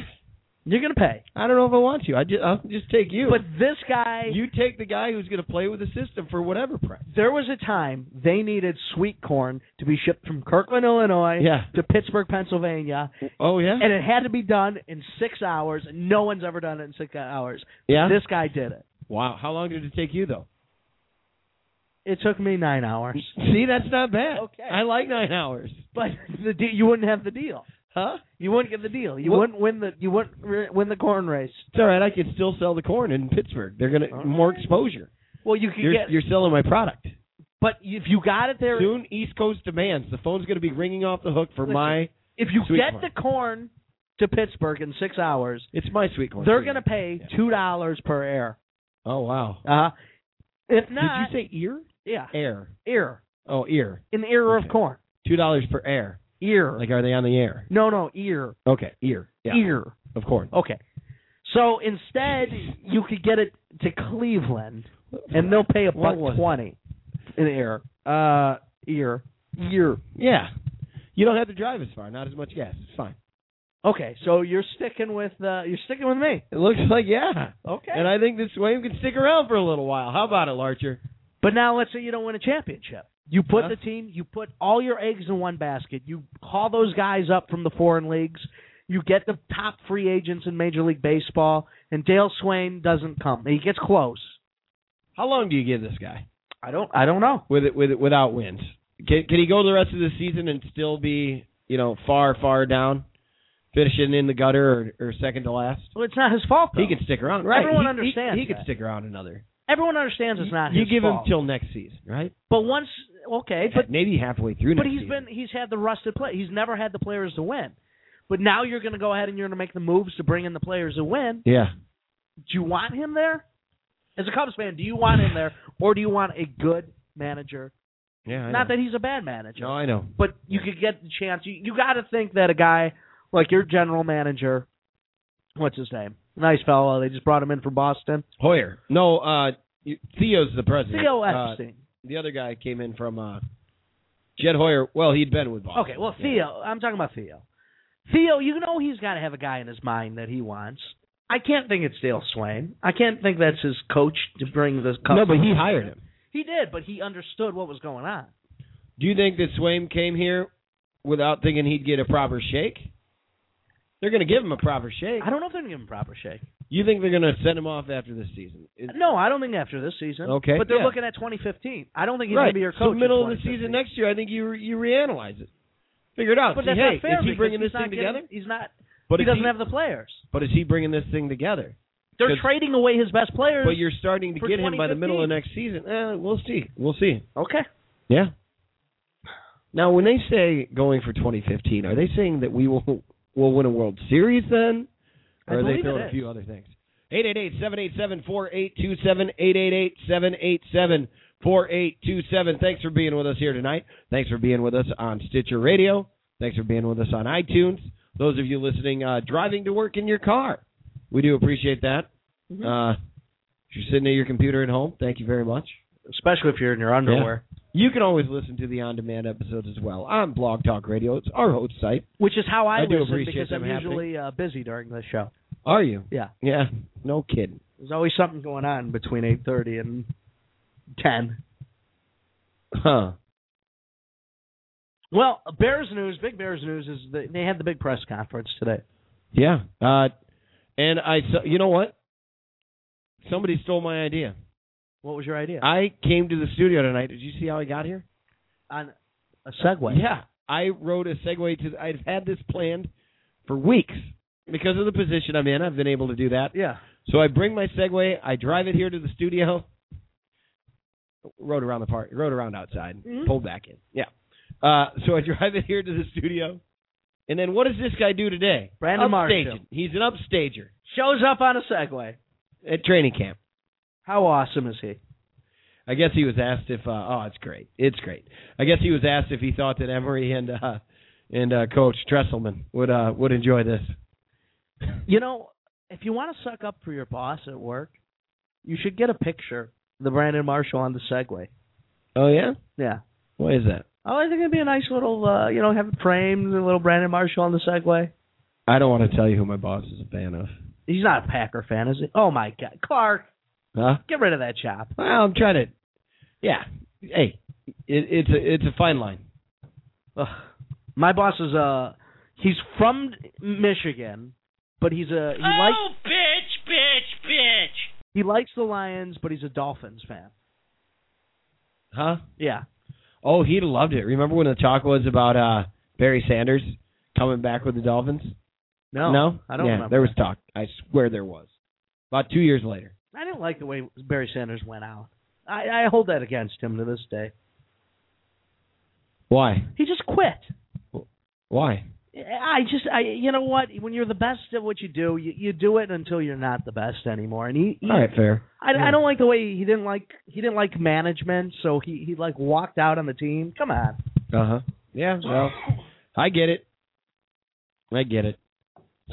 You're gonna pay.
I don't know if I want you. I just, I'll just take you.
But this guy,
you take the guy who's going to play with the system for whatever price.
there was a time they needed sweet corn to be shipped from Kirkland, Illinois,
Yeah.
to Pittsburgh, Pennsylvania,
Oh yeah.
and it had to be done in six hours. and No one's ever done it in six hours.
yeah.
This guy did it.
wow. How long did it take you though?
It took me nine hours,
See, that's not bad.
Okay.
I like nine hours.
but the de- you wouldn't have the deal.
Huh?
You wouldn't get the deal. You
What-
wouldn't win the you wouldn't re- win the corn race.
It's all right. I can still sell the corn in Pittsburgh. They're gonna
All
more
right.
exposure.
Well, you could
You're,
get,
you're selling my product.
but if you got it there,
Soon, East Coast demands. The phone's gonna be ringing off the hook for
Listen.
my.
if you
Sweet
get
corn.
the corn to Pittsburgh in six hours,
It's my sweet corn.
they're
Sweet.
gonna pay
Yeah.
two dollars per air.
Oh wow.
Uh huh. If not,
Did you say ear?
yeah,
Air.
ear
Oh, ear.
in the ear
Okay.
of corn,
Two dollars per air.
ear.
Like, are they on the air?
no, no, ear,
Okay, ear. Yeah,
ear.
of corn.
Okay. So instead, you could get it to Cleveland, and they'll pay a
What
buck
was it?
twenty in air. Uh, ear, ear.
Yeah, you don't have to drive as far. Not as much gas. It's fine.
Okay, so you're sticking with uh, you're sticking with me.
It looks like yeah.
Okay.
And I think this wave can stick around for a little while. How about it, Larcher?
But now let's say you don't win a championship. You put
Huh?
the team, you put all your eggs in one basket. You call those guys up from the foreign leagues. You get the top free agents in Major League Baseball, and Dale Swain doesn't come. He gets close.
How long do you give this guy
I don't. I don't know.
with it with it without wins? Can can he go the rest of the season and still be you know far far down, finishing in the gutter or, or second to last?
Well, it's not his fault. Though.
He can stick around, right?
Everyone
He- he-
understands
He, can
that.
stick around another.
Everyone understands it's not
you
his
give
fault.
him till next season, right?
But once, okay, but
maybe halfway through.
but
next
he's
season.
been he's had the rusted play. He's never had the players to win. But now you're going to go ahead and you're going to make the moves to bring in the players to win.
Yeah.
Do you want him there? As a Cubs fan, do you want him there, or do you want a good manager?
Yeah. I
Not
know.
that he's a bad manager,
No, I know.
but you could get the chance. You you got to think that a guy like your general manager, what's his name? Nice fellow. They just brought him in from Boston.
Hoyer. No, uh you- Theo's the president.
Theo
Uh,
Epstein.
the other guy came in from uh Jed Hoyer. Well, he'd been with Boston.
Okay, well,
Yeah.
Theo, I'm talking about Theo. Theo, you know he's got to have a guy in his mind that he wants. I can't think it's Dale Swain. I can't think that's his coach to bring the cup.
No, but he hired him.
He did, but he understood what was going on.
Do you think that Swaim came here without thinking he'd get a proper shake? They're going to give him a proper shake.
I don't know if they're going to give him proper shake.
You think they're going to send him off after this season? Is-
No, I don't think after this season.
Okay,
But they're
yeah.
looking at 2015. I don't think he's going
right.
to be your
So
coach. in
middle of the
2015.
season next year, I think you you reanalyze it, figure it out.
But
See,
that's
hey,
not fair
is he
because
bringing
he's
this thing
not getting-
together?
He's not.
But
he
is
doesn't
he-
have the players.
But is he bringing this thing together?
They're
'Cause-
trading away his best players.
But you're starting to
for
get him by the middle
2015.
of next season. Eh, we'll see. We'll see.
okay.
Yeah. Now, when they say going for 2015, are they saying that we will will win a World Series then?
I
Or are they
believe it
throwing a
is.
few other things? 888-787-4827, 888-787-4827. Thanks for being with us here tonight. Thanks for being with us on Stitcher Radio. Thanks for being with us on iTunes. Those of you listening uh, driving to work in your car, we do appreciate that.
Mm-hmm.
Mhm.
Uh, if you're sitting at your computer at home, thank you very much.
especially if you're in your underwear,
You can always listen to the on-demand episodes as well on Blog Talk Radio. It's our host site.
which is how I,
I do
listen
appreciate
because
them
I'm
happening.
usually uh, busy during this show.
Are you?
Yeah,
Yeah. No kidding.
there's always something going on between 8:30 and 10.
Huh.
Well, Bears news, big Bears news is that they had the big press conference today.
Yeah. Uh, and I, so, you know what? Somebody stole my idea.
What was your idea?
I came to the studio tonight. Did you see how I got here?
On a segue.
Yeah, I wrote a segue to. I've had this planned for weeks because of the position I'm in. I've been able to do that.
Yeah.
So I bring my Segway. I drive it here to the studio. Rode around the park. Rode around outside.
Mhm.
Pulled back in. Yeah. Uh, so I drive it here to the studio. And then what does this guy do today?
Brandon
Upstaging.
Marshall.
He's an upstager
Shows up on a segue.
at training camp.
How awesome is he?
I guess he was asked if. Uh, oh, it's great. It's great. I guess he was asked if he thought that Emery and uh, and uh, Coach Tresselman would uh, would enjoy this.
You know, if you want to suck up for your boss at work, you should get a picture of the Brandon Marshall on the Segway.
Oh yeah.
Yeah.
Why is that?
Oh, I think it'd be a nice little, uh, you know, have it framed, a little Brandon Marshall on the Segway.
I don't want to tell you who my boss is a fan of.
He's not a Packer fan, is he? Oh my God, Clark,
Huh?
get rid of that chop.
Well, I'm trying to. Yeah. Hey, it, it's a it's a fine line.
Ugh. My boss is uh he's from Michigan, but he's a he likes
Oh, bitch, bitch, bitch.
he likes the Lions, but he's a Dolphins fan.
Huh?
Yeah.
Oh, he'd have loved it. Remember when the talk was about uh Barry Sanders coming back with the Dolphins?
No.
no,
I don't
Yeah,
remember.
There was talk. I swear there was. About two years later.
I didn't like the way Barry Sanders went out. I, I hold that against him to this day.
Why?
He just quit.
Why?
I just I you know what? When you're the best at what you do, you, you do it until you're not the best anymore. And he, he
All right, fair.
I,
yeah.
I don't like the way he didn't like he didn't like management, so he he like walked out on the team. Come on.
Uh huh. Yeah. Well, I get it. I get it.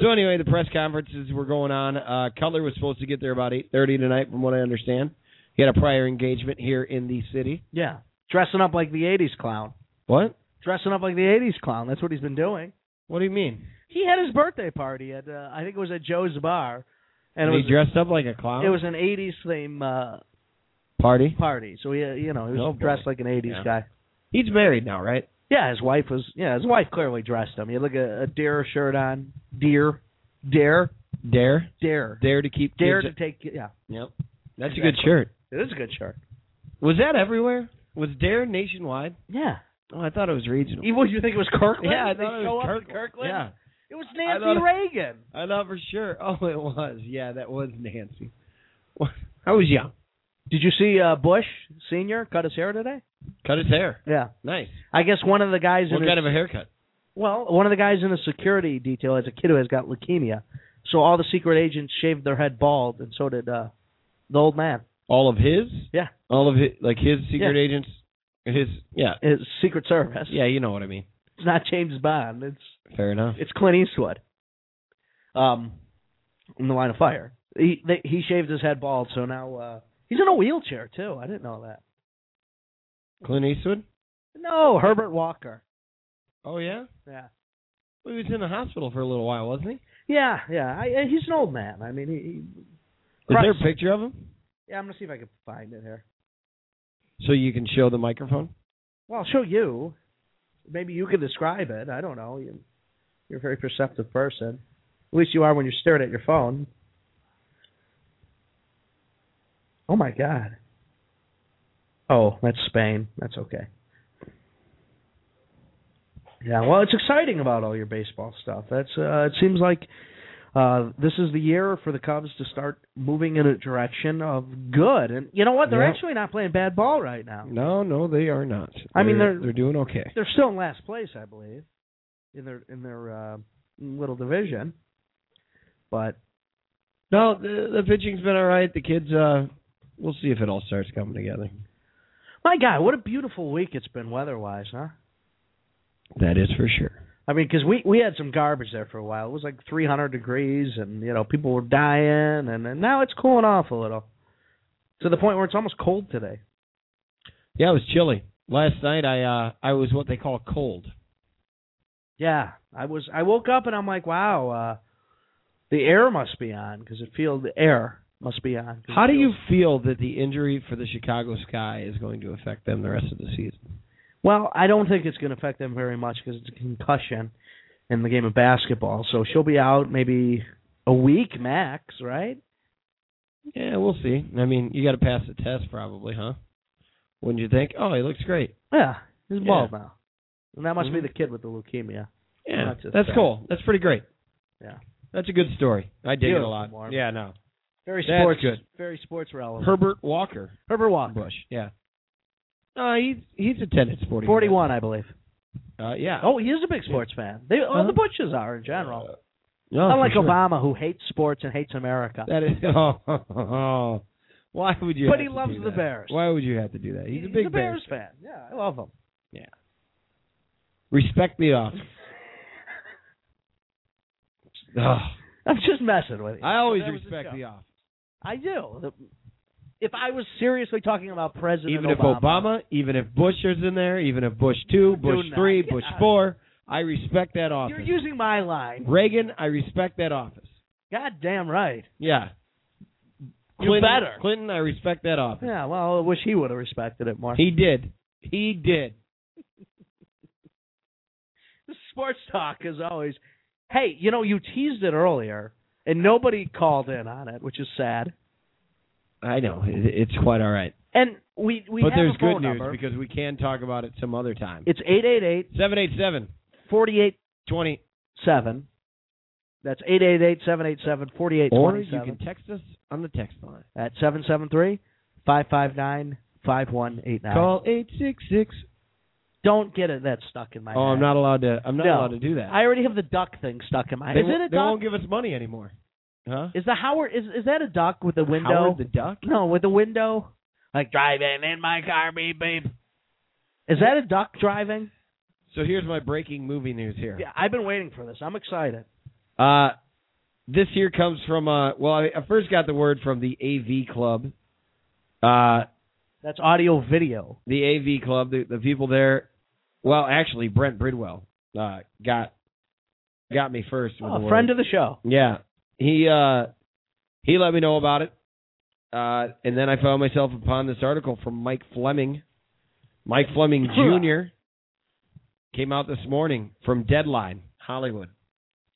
So anyway, the press conferences were going on. Uh, Cutler was supposed to get there about eight thirty tonight, from what I understand. He had a prior engagement here in the city.
Yeah. Dressing up like the 80s clown.
What?
Dressing up like the 80s clown. That's what he's been doing.
What do you mean?
He had his birthday party at, uh, I think it was at Joe's Bar. And it was,
he dressed up like a clown.
it was an 80s theme uh,
party.
party. So, he, uh, you know, he was
Oh, boy.
dressed like an 80s
Yeah.
guy.
He's married now, right?
Yeah, his wife was, yeah, his wife clearly dressed him. He had like a, a dare shirt on. Deer. Dare.
Dare,
Dare.
dare to keep.
Dare to
kids-
take, yeah.
Yep. That's a good
Exactly.
shirt.
It is a good shirt.
Was that everywhere? Was Dare nationwide?
Yeah.
Oh, I thought it was regional.
Even what you think it was Kirkland?
Yeah, I
They
thought it
show
was
up in
Kirkland.
Kirkland?
Yeah.
It was
I
Nancy
thought it-
Reagan.
I know for sure. Oh, it was. Yeah, that was Nancy. I was young.
Did you see uh, Bush Sr. cut his hair today?
Cut his hair.
Yeah.
Nice.
I guess one of the guys in
What
his-
kind of a haircut?
well, one of the guys in the security detail has a kid who has got leukemia. So all the secret agents shaved their head bald, and so did uh, the old man.
All of his?
Yeah.
All of his, like his secret
Yeah.
agents? His, yeah.
His Secret Service.
Yeah, you know what I mean.
It's not James Bond. It's
Fair enough.
it's Clint Eastwood. Um, in the line of fire. He they, he shaved his head bald, so now uh, he's in a wheelchair too. I didn't know that.
Clint Eastwood?
No, Herbert Walker.
Oh, yeah?
Yeah.
Well, he was in the hospital for a little while, wasn't he? Is
Yeah, yeah. I, I- he's an old man. I mean, he, he.
there
Christ.
a picture of him?
Yeah, I'm gonna see if I can find it here.
So you can show the microphone?
Well, I'll show you. Maybe you can describe it. I don't know. You, you're a very perceptive person. At least you are when you're staring at your phone. Oh my God. Oh, that's Spain. That's okay. Yeah, well, it's exciting about all your baseball stuff. That's uh, it seems like uh, this is the year for the Cubs to start moving in a direction of good. And you know what? They're
Yeah.
actually not playing bad ball right now.
No, no, they are not.
I mean,
They're-
they're-
they're doing okay.
They're still in last place, I believe, in their in their uh, little division. But
No, the, the pitching's been all right. The kids, uh, we'll see if it all starts coming together.
my God, what a beautiful week it's been weather-wise, huh?
That is for sure.
I mean, because we we had some garbage there for a while. It was like 300 degrees, and you know people were dying, and, and now it's cooling off a little, to the point where it's almost cold today.
Yeah, it was chilly. Last night I uh I was what they call cold.
Yeah, I was. I woke up and I'm like, wow, uh, the air must be on because it feels the air must be on. 'cause
How
it
do you
feels-
feel that the injury for the Chicago Sky is going to affect them the rest of the season?
Well, I don't think it's going to affect them very much because it's a concussion in the game of basketball. So she'll be out maybe a week max, right?
Yeah, we'll see. I mean, you got to pass the test probably, huh? Wouldn't you think? Oh, he looks great.
Yeah, Mm-hmm. he's bald now, and that must
Mhm.
be the kid with the leukemia.
Yeah,
That's just
that's
bad.
cool. That's pretty great.
Yeah.
that's a good story. I dig it a
Beautiful,
lot.
Marv.
Yeah, no.
Very
That's
sports
good.
Very sports relevant.
Herbert Walker
Herbert Walker,
Bush. Yeah. Uh, he's he's attended sporting.
forty-one, I believe.
Uh, yeah.
Oh, he is a big sports fan. They, all
Uh-huh.
the Bushes are in general.
Uh, no,
Unlike
for sure.
Obama, who hates sports and hates America.
That is. Oh, why would you?
But
have
he
to
loves
do
the
that?
Bears.
Why would you have to do that? He's a big
Bears, fan. Yeah, I love him.
Respect the office. Ugh.
I'm just messing with you.
I always
That was a
respect
joke.
the office.
I do. The- If I was seriously talking about President
Even if Obama, even if Bush is in there, even if Bush two, Bush
not.
three,
Get
Bush
out.
four, I respect that office.
you're using my line.
Reagan, I respect that office.
God damn right.
Yeah.
You
Clinton,
better.
Clinton, I respect that office.
Yeah, well, I wish he would have respected it more.
He did. He did.
Sports talk is always, hey, you know, you teased it earlier, and nobody called in on it, which is sad.
I know. It, it's quite all right.
And we we
but
have
there's
a phone
good news
number.
because we can talk about it some other time.
It's 888
787
487.
20.
That's 888 787
Or you can
4827
text us on the text line.
at 773 559 5189.
Call 866.
Don't get it that stuck in my
Oh,
head.
I'm not allowed to. I'm not
No.
allowed to do that.
I already have the duck thing stuck in my
they
head. Is
won't-
it a
they
duck?
won't give us money anymore. Huh?
Is the Howard is is that a duck with a window?
Howard the Duck?
No, with a window. Like driving in my car, beep beep. Is that a duck driving?
So here's my breaking movie news here.
Yeah, I've been waiting for this. I'm excited.
Uh, this here comes from uh, well, I, I first got the word from the AV Club. Uh,
That's audio video.
the AV Club, the, the people there. Well, actually, Brent Bridwell uh, got got me first. With
Oh,
the
a
word.
friend of the show.
Yeah, he uh, he let me know about it, uh, and then I found myself upon this article from Mike Fleming. Mike Fleming Jr. came out this morning from Deadline Hollywood.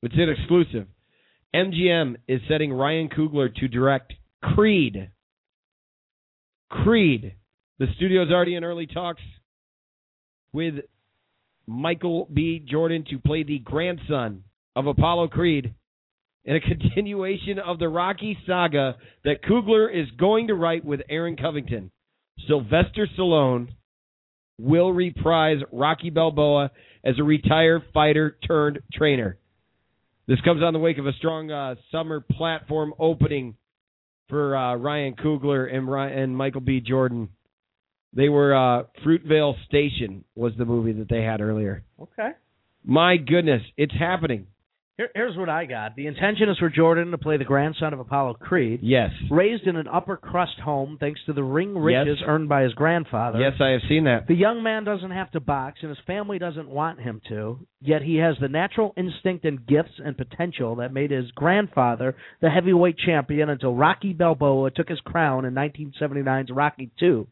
It's an exclusive. MGM is setting Ryan Coogler to direct Creed. Creed. The studio's already in early talks with Michael B. Jordan to play the grandson of Apollo Creed in a continuation of the Rocky saga that Kugler is going to write with Aaron Covington. Sylvester Stallone will reprise Rocky Balboa as a retired fighter turned trainer. This comes on the wake of a strong uh, summer platform opening for uh, Ryan Kugler and, Ryan, and Michael B. Jordan. They were uh, Fruitvale Station was the movie that they had earlier.
Okay.
My goodness, it's happening.
Here, here's what I got. The intention is for Jordan to play the grandson of Apollo Creed.
Yes,
Raised in an upper crust home thanks to the ring riches
Yes.
earned by his grandfather.
yes, I have seen that.
The young man doesn't have to box, and his family doesn't want him to, yet he has the natural instinct and gifts and potential that made his grandfather the heavyweight champion until Rocky Balboa took his crown in 1979's Rocky II.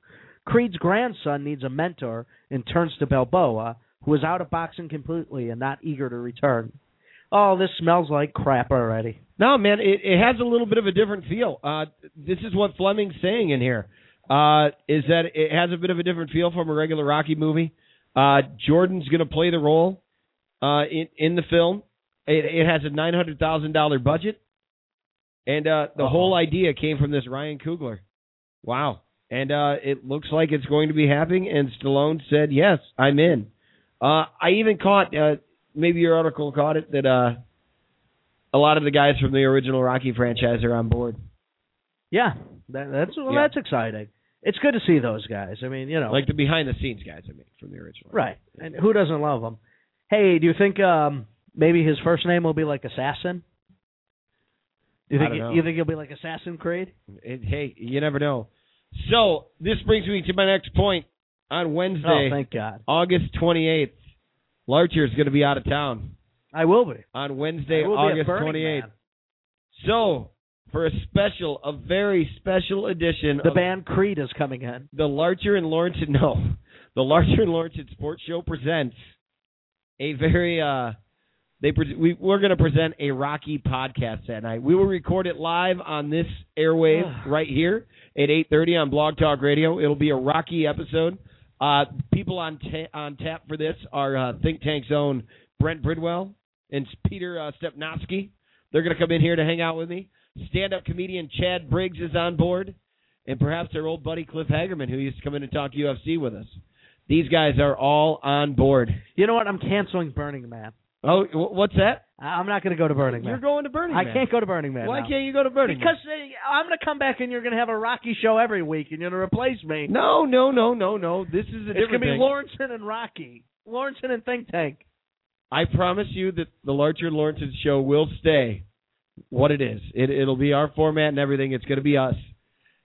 Creed's grandson needs a mentor and turns to Balboa, who is out of boxing completely and not eager to return. Oh, this smells like crap already.
No, man, it, it has a little bit of a different feel. Uh, this is what Fleming's saying in here. Uh, is that it has a bit of a different feel from a regular Rocky movie? Uh, Jordan's going to play the role uh, in in the film. It, it has a nine hundred thousand dollar budget, and uh, the whole idea came from this Ryan Coogler. Wow, and uh, it looks like it's going to be happening. And Stallone said, "Yes, I'm in." Uh, I even caught uh, maybe your article caught it that. Uh, a lot of the guys from the original Rocky franchise are on board.
Yeah, that, that's well,
Yeah.
that's exciting. It's good to see those guys. I mean, you know,
Like the behind the scenes guys, I mean, from the original.
Right. And who doesn't love them? Hey, do you think um, maybe his first name will be like Assassin? You
I
think
don't know.
you think he'll be like Assassin Creed?
It, hey, you never know. So this brings me to my next point. On
Oh,
Wednesday,
thank God.
August 28th, Larcher is going to be out of town.
I will be.
On Wednesday,
I will be at
August
Burning
28th.
Man.
So for a special, a very special edition
The
of
band Creed is coming in.
the Larcher and Lawrence no, the Larcher and Lawrence Sports Show presents a very uh they pre- we we're going to present a Rocky podcast that night. We will record it live on this airwave right here at 8:30 on Blog Talk Radio. It'll be a Rocky episode. Uh people on ta- on tap for this are uh, Think Tank's own Brent Bridwell and Peter uh, Stepnowski. They're going to come in here to hang out with me. Stand-up comedian Chad Briggs is on board and perhaps our old buddy Cliff Hagerman, who used to come in and talk UFC with us. These guys are all on board.
You know what? I'm canceling Burning Man.
Oh, wh- what's that?
I- I'm not going to go to Burning
You're
Man.
going to Burning
I
Man.
can't go to Burning Man.
Why
now.
can't you go to Burning
Because uh, I'm going to come back and you're going to have a Rocky show every week and you're going to replace me.
Man? No, no, no, no, no. This is a
it's
different
going to be
thing.
Lawrenson and Rocky. Lawrenson and Think Tank.
I promise you that the Larcher and Lawrence show will stay what it is. It, it'll be our format and everything. It's going to be us.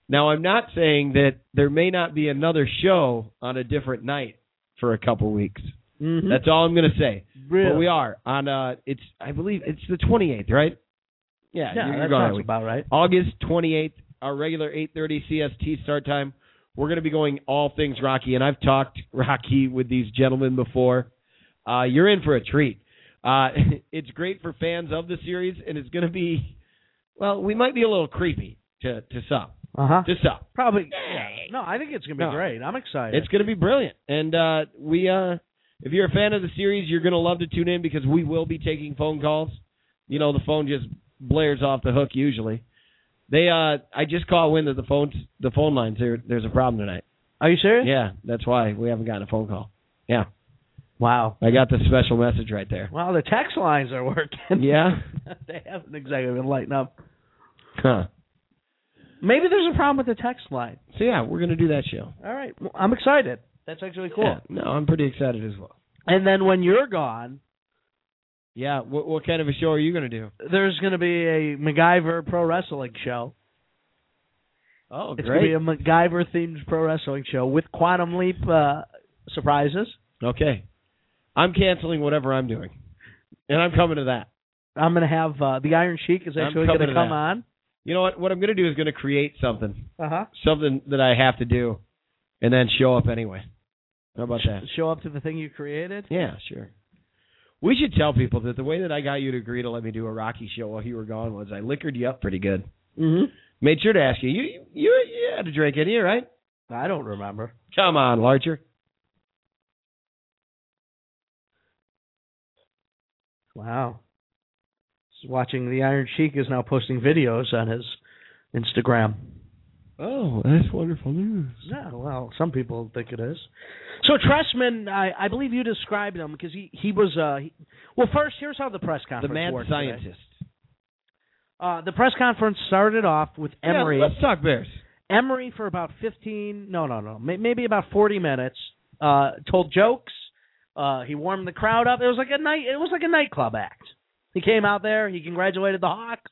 Now, I'm not saying that there may not be another show on a different night for a couple weeks.
Mm-hmm.
That's all I'm going to say.
real.
But we are on uh it's I believe it's the 28th, right? Yeah,
yeah,
you're, you're
that
going that
sounds
week.
about right.
August 28th, our regular 8:30 CST start time. We're going to be going all things Rocky and I've talked Rocky with these gentlemen before. Uh you're in for a treat. Uh it's great for fans of the series and it's going to be well, we might be a little creepy to to some.
Uh huh.
To some.
Probably. yeah. No, I think it's going to be
No.
great. I'm excited.
It's going to be brilliant. And uh, we, uh, if you're a fan of the series, you're going to love to tune in because we will be taking phone calls. You know, the phone just blares off the hook usually. They, uh, I just caught wind that the phones, the phone lines, there, there's a problem tonight.
Are you serious?
Yeah, that's why we haven't gotten a phone call. Yeah,
Wow.
I got the special message right there.
Wow, the text lines are working.
Yeah,
they haven't exactly been lighting up.
huh.
Maybe there's a problem with the text line.
So yeah, we're gonna do that show.
All right. Well, I'm excited. That's actually cool.
Yeah, no, I'm pretty excited as well.
And then when you're gone,
Yeah, what, what kind of a show are you gonna do?
there's going to be a MacGyver pro wrestling show.
Oh,
It's going to be a MacGyver themed pro wrestling show with Quantum Leap uh, surprises.
Okay, I'm canceling whatever I'm doing, and I'm coming to that.
I'm going to have uh, the Iron Sheik is
I'm
actually going
coming to
to come
that.
on.
You know what? What I'm going to do is going to create something,
Uh huh.
something that I have to do, and then show up anyway. How about that?
Show up to the thing you created.
Yeah, sure. We should tell people that the way that I got you to agree to let me do a Rocky show while you were gone was I liquored you up pretty good.
Mm-hmm.
Made sure to ask you. You you, you had a drink in you, right?
I don't remember.
Come on, Larcher.
Wow. Just watching the Iron Sheik is now posting videos on his Instagram.
Oh, that's wonderful news.
Yeah, well, some people think it is. So Tressman, I, I believe you described him because he he was uh he, well. First, here's how the press
The
conference
mad
worked today.
scientist.
Uh, the press conference started off with Emory.
Yeah, let's talk Bears.
Emery for about 15, no, no, no, may, maybe about 40 minutes, uh, told jokes. Uh, he warmed the crowd up. It was like a night. It was like a nightclub act. He came out there. He congratulated the Hawks.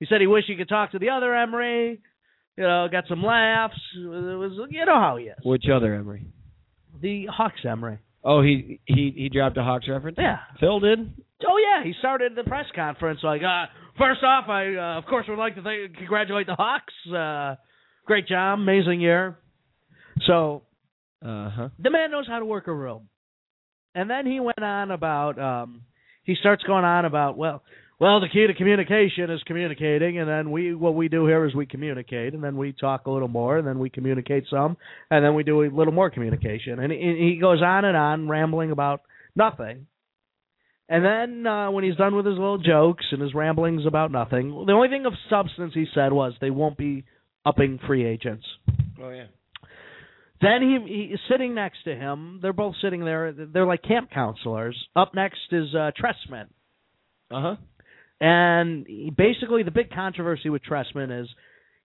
He said he wished he could talk to the other Emery. You know, got some laughs. It was, you know how he is.
Which other Emery?
The Hawks Emery.
Oh, he he he dropped a Hawks reference.
Yeah.
Phil did.
Oh yeah, he started the press conference like, uh, first off, I uh, of course would like to thank, congratulate the Hawks. Uh, great job, amazing year. So
Uh huh.
the man knows how to work a room. And then he went on about um he starts going on about well well the key to communication is communicating and then we what we do here is we communicate and then we talk a little more and then we communicate some and then we do a little more communication and he, he goes on and on rambling about nothing. And then uh, when he's done with his little jokes and his ramblings about nothing, the only thing of substance he said was they won't be upping free agents.
Oh yeah.
Then he, he sitting next to him. They're both sitting there. They're like camp counselors. Up next is uh, Tressman,
Uh huh.
and he, basically the big controversy with Tressman is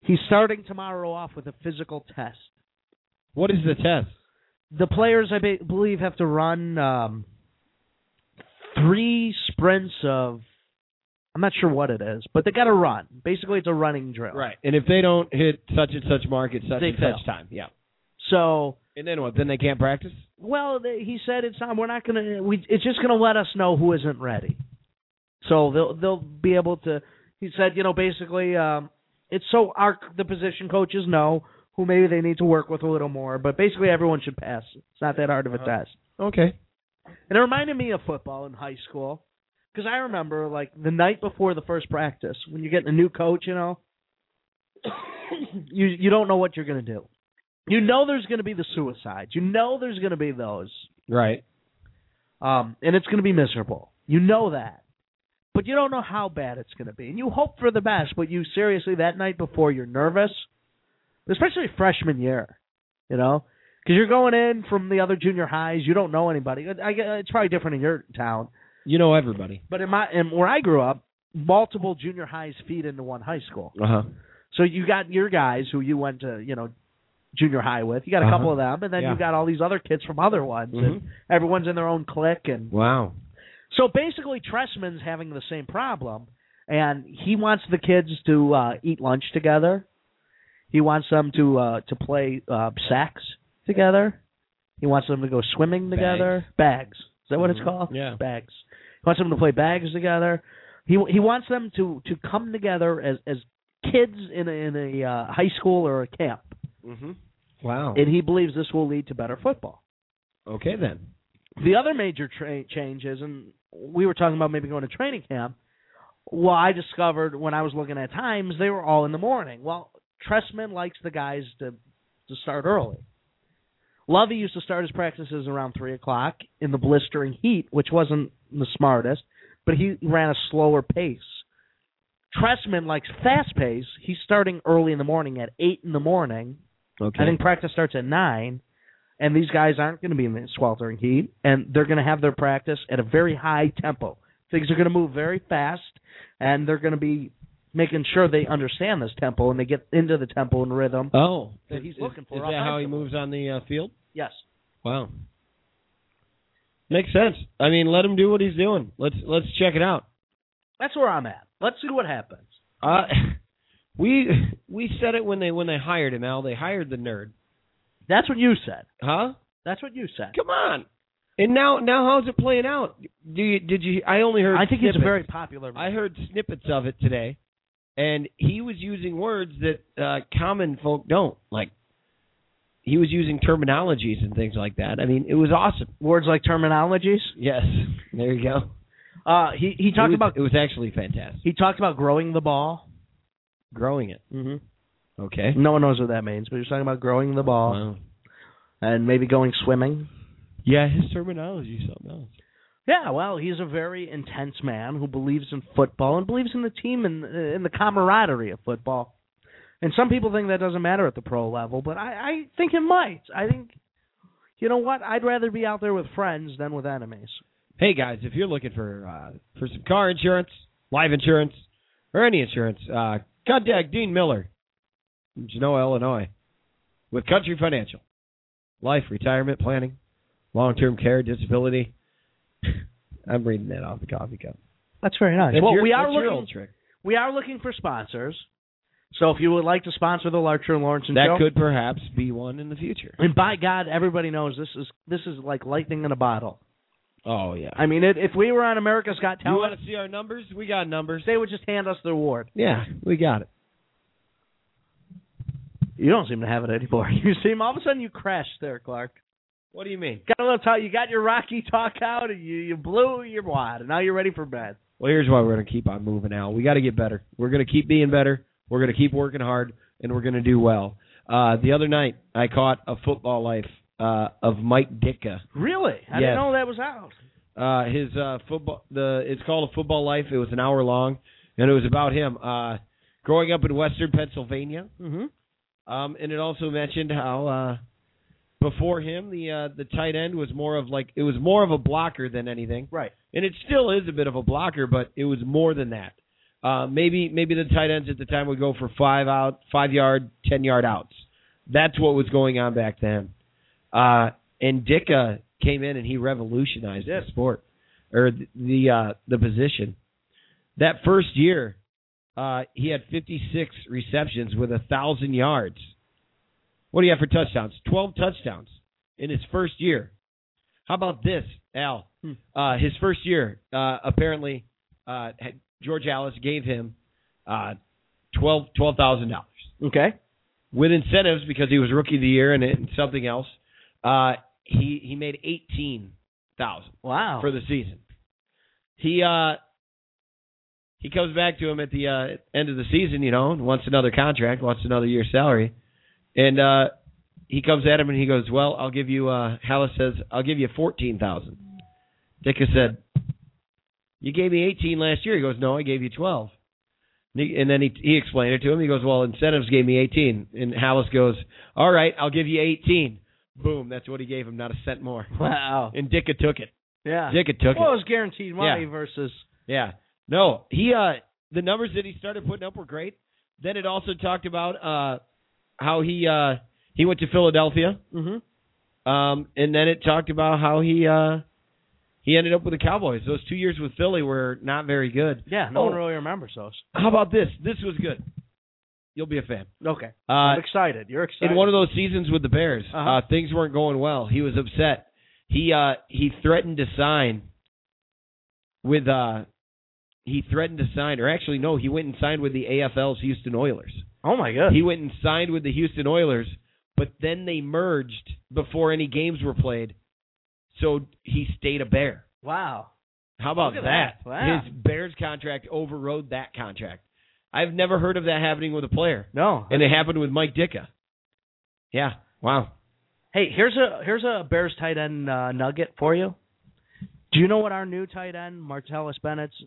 he's starting tomorrow off with a physical test.
What is the test?
The players, I be- believe, have to run um, three sprints of I'm not sure what it is, but they got to run. Basically, it's a running drill.
Right. And if they don't hit such and such mark at such
They
and
fail.
such time, yeah.
So,
And then what? Then they can't practice.
well, th- he said it's not. We're not gonna. We it's just gonna let us know who isn't ready. So they'll they'll be able to. He said, you know, basically, um, it's so our the position coaches know who maybe they need to work with a little more, but basically everyone should pass. It's not that hard of a
Uh-huh.
test.
Okay.
And it reminded me of football in high school. Because I remember, like, the night before the first practice, when you're getting a new coach, you know, you you don't know what you're going to do. You know there's going to be the suicides. You know there's going to be those.
Right.
Um, and it's going to be miserable. You know that. But you don't know how bad it's going to be. And you hope for the best, but you seriously, that night before, you're nervous, especially freshman year, you know? Because you're going in from the other junior highs. You don't know anybody. I, I, it's probably different in your town.
You know everybody.
But in my in where I grew up, multiple junior highs feed into one high school.
Uh huh.
So you got your guys who you went to, you know, junior high with. You got a
Uh-huh.
couple of them, and then
Yeah.
you got all these other kids from other ones, and everyone's in their own clique. And
Mm-hmm. Wow.
so basically, Tressman's having the same problem, and he wants the kids to uh, eat lunch together. He wants them to uh, to play uh, sex together. He wants them to go swimming together. Bags. Is that what it's
Mhm.
called?
Yeah.
Bags. He wants them to play bags together. He he wants them to to come together as as kids in a, in a uh, high school or a camp,
Mm-hmm. Wow.
and he believes this will lead to better football.
okay then.
The other major tra- change is, and we were talking about maybe going to training camp. Well, I discovered when I was looking at times, they were all in the morning. Well, Tressman likes the guys to to start early. Lovey used to start his practices around three o'clock in the blistering heat, which wasn't the smartest, but he ran a slower pace. Tressman likes fast pace. He's starting early in the morning at eight in the morning
Okay.
I think practice starts at nine, and these guys aren't going to be in the sweltering heat, and they're going to have their practice at a very high tempo. Things are going to move very fast, and they're going to be making sure they understand this tempo and they get into the tempo and rhythm.
oh,
that he's
Is-
looking for
Is that how he
offensively.
moves on the uh, field?
Yes.
Wow. Makes sense. I mean, let him do what he's doing. Let's let's check it out.
That's where I'm at. Let's see what happens.
Uh, we we said it when they when they hired him. Al, they hired the nerd.
That's what you said.
Huh?
That's what you said.
Come on. And now now how's it playing out? Do you did you? I only heard.
I think he's
snippets.
very popular.
I heard snippets of it today, and he was using words that uh, common folk don't like. He was using terminologies and things like that. I mean, it was awesome.
Words like terminologies.
Yes, there you go.
Uh, he he talked
it was,
about
it was actually fantastic.
he talked about growing the ball.
Growing it.
Mm-hmm.
Okay.
No one knows what that means, but he was talking about growing the ball
Wow.
and maybe going swimming.
Yeah, his terminology is something else.
Yeah, well, he's a very intense man who believes in football and believes in the team and uh, in the camaraderie of football. And some people think that doesn't matter at the pro level, but I, I think it might. I think, you know what? I'd rather be out there with friends than with enemies.
Hey guys, if you're looking for uh, for some car insurance, life insurance, or any insurance, uh, contact Dean Miller, in Genoa, Illinois, with Country Financial, life, retirement planning, long term care, disability. I'm reading that off the coffee cup.
That's very nice.
That's
well,
your-
we are
that's your
looking
old trick.
we are looking for sponsors. So if you would like to sponsor the Larcher and Lawrence and
That
show,
could perhaps be one in the future.
and by God, everybody knows this is this is like lightning in a bottle.
Oh yeah.
I mean, it, if we were on America's Got
you
Talent,
want to see our numbers? We got numbers.
they would just hand us the award.
Yeah, we got it.
You don't seem to have it anymore. You seem all of a sudden you crashed there, Clark.
What do you mean?
Got a little talk. You got your Rocky talk out, and you you blew your wad, and now you're ready for bed.
Well, here's why we're going to keep on moving, Al. We got to get better. We're going to keep being better. We're going to keep working hard, and we're going to do well. Uh, the other night, I caught a football life uh, of Mike Dicka.
Really? I
Yes.
didn't know that was out.
Uh, his uh, football, the it's called a football life. It was an hour long, and it was about him uh, growing up in Western Pennsylvania.
Mm-hmm.
Um, and it also mentioned how uh, before him, the uh, the tight end was more of like it was more of a blocker than anything.
Right.
and it still is a bit of a blocker, but it was more than that. Uh, maybe maybe the tight ends at the time would go for five out, five yard, ten yard outs. That's what was going on back then. Uh, and Dicka came in and he revolutionized
Yes.
the sport. or th- the uh, the position. That first year, uh, he had 56 receptions with a thousand yards. What do you have for touchdowns? 12 touchdowns in his first year. How about this, Al?
Hmm.
Uh, his first year, uh, apparently, uh, had- George Alice gave him uh, twelve twelve thousand dollars
Okay.
with incentives because he was rookie of the year and, and something else. Uh, he he made eighteen thousand
Wow.
for the season. He uh he comes back to him at the uh end of the season, you know, and wants another contract, wants another year's salary. And uh he comes at him and he goes, Well, I'll give you uh Hallis says, I'll give you fourteen thousand. Dicka said, You gave me eighteen last year. He goes, No, I gave you twelve. And he- and then he he explained it to him. He goes, Well, incentives gave me eighteen and Hallis goes, All right, I'll give you eighteen. Boom, that's what he gave him, not a cent more.
wow.
And Dicka took it.
Yeah.
Dicka took it.
Well, it was guaranteed money
Yeah.
versus
Yeah. No, he uh the numbers that he started putting up were great. Then it also talked about uh how he uh he went to Philadelphia. Um and then it talked about how he uh he ended up with the Cowboys. Those two years with Philly were not very good.
Yeah, no
Oh.
one really remembers those.
How about this? This was good. You'll be a fan.
Okay.
Uh
I'm excited. You're excited.
in one of those seasons with the Bears, uh
Uh-huh.
things weren't going well. He was upset. He uh, he threatened to sign with uh, he threatened to sign, or actually no, he went and signed with the AFL's Houston Oilers.
oh my god.
He went and signed with the Houston Oilers, but then they merged before any games were played, so he stayed a Bear.
wow.
How about
Look at
that?
that. Wow.
His Bears contract overrode that contract. I've never heard of that happening with a player,
No.
and it happened with Mike Ditka. Yeah, wow.
hey, here's a here's a Bears tight end uh, nugget for you. Do you know what our new tight end Martellus Bennett's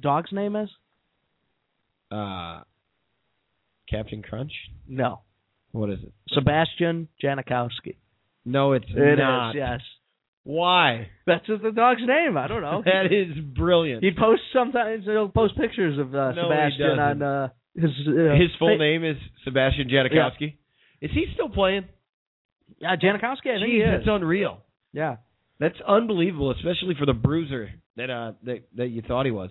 dog's name is?
uh, Captain Crunch.
No.
What is it?
Sebastian Janikowski.
No, it's
It is,
not.
yes.
Why?
That's just the dog's name. I don't know.
That is brilliant.
he posts sometimes. He'll post pictures of uh,
No, he
Sebastian on
doesn't.
uh, his uh,
His full
fa-
name is Sebastian Janikowski. Is he still playing?
Yeah, Janikowski. I think he
Jeez,
is.
that's unreal.
yeah.
That's unbelievable, especially for the bruiser that uh that, that you thought he was.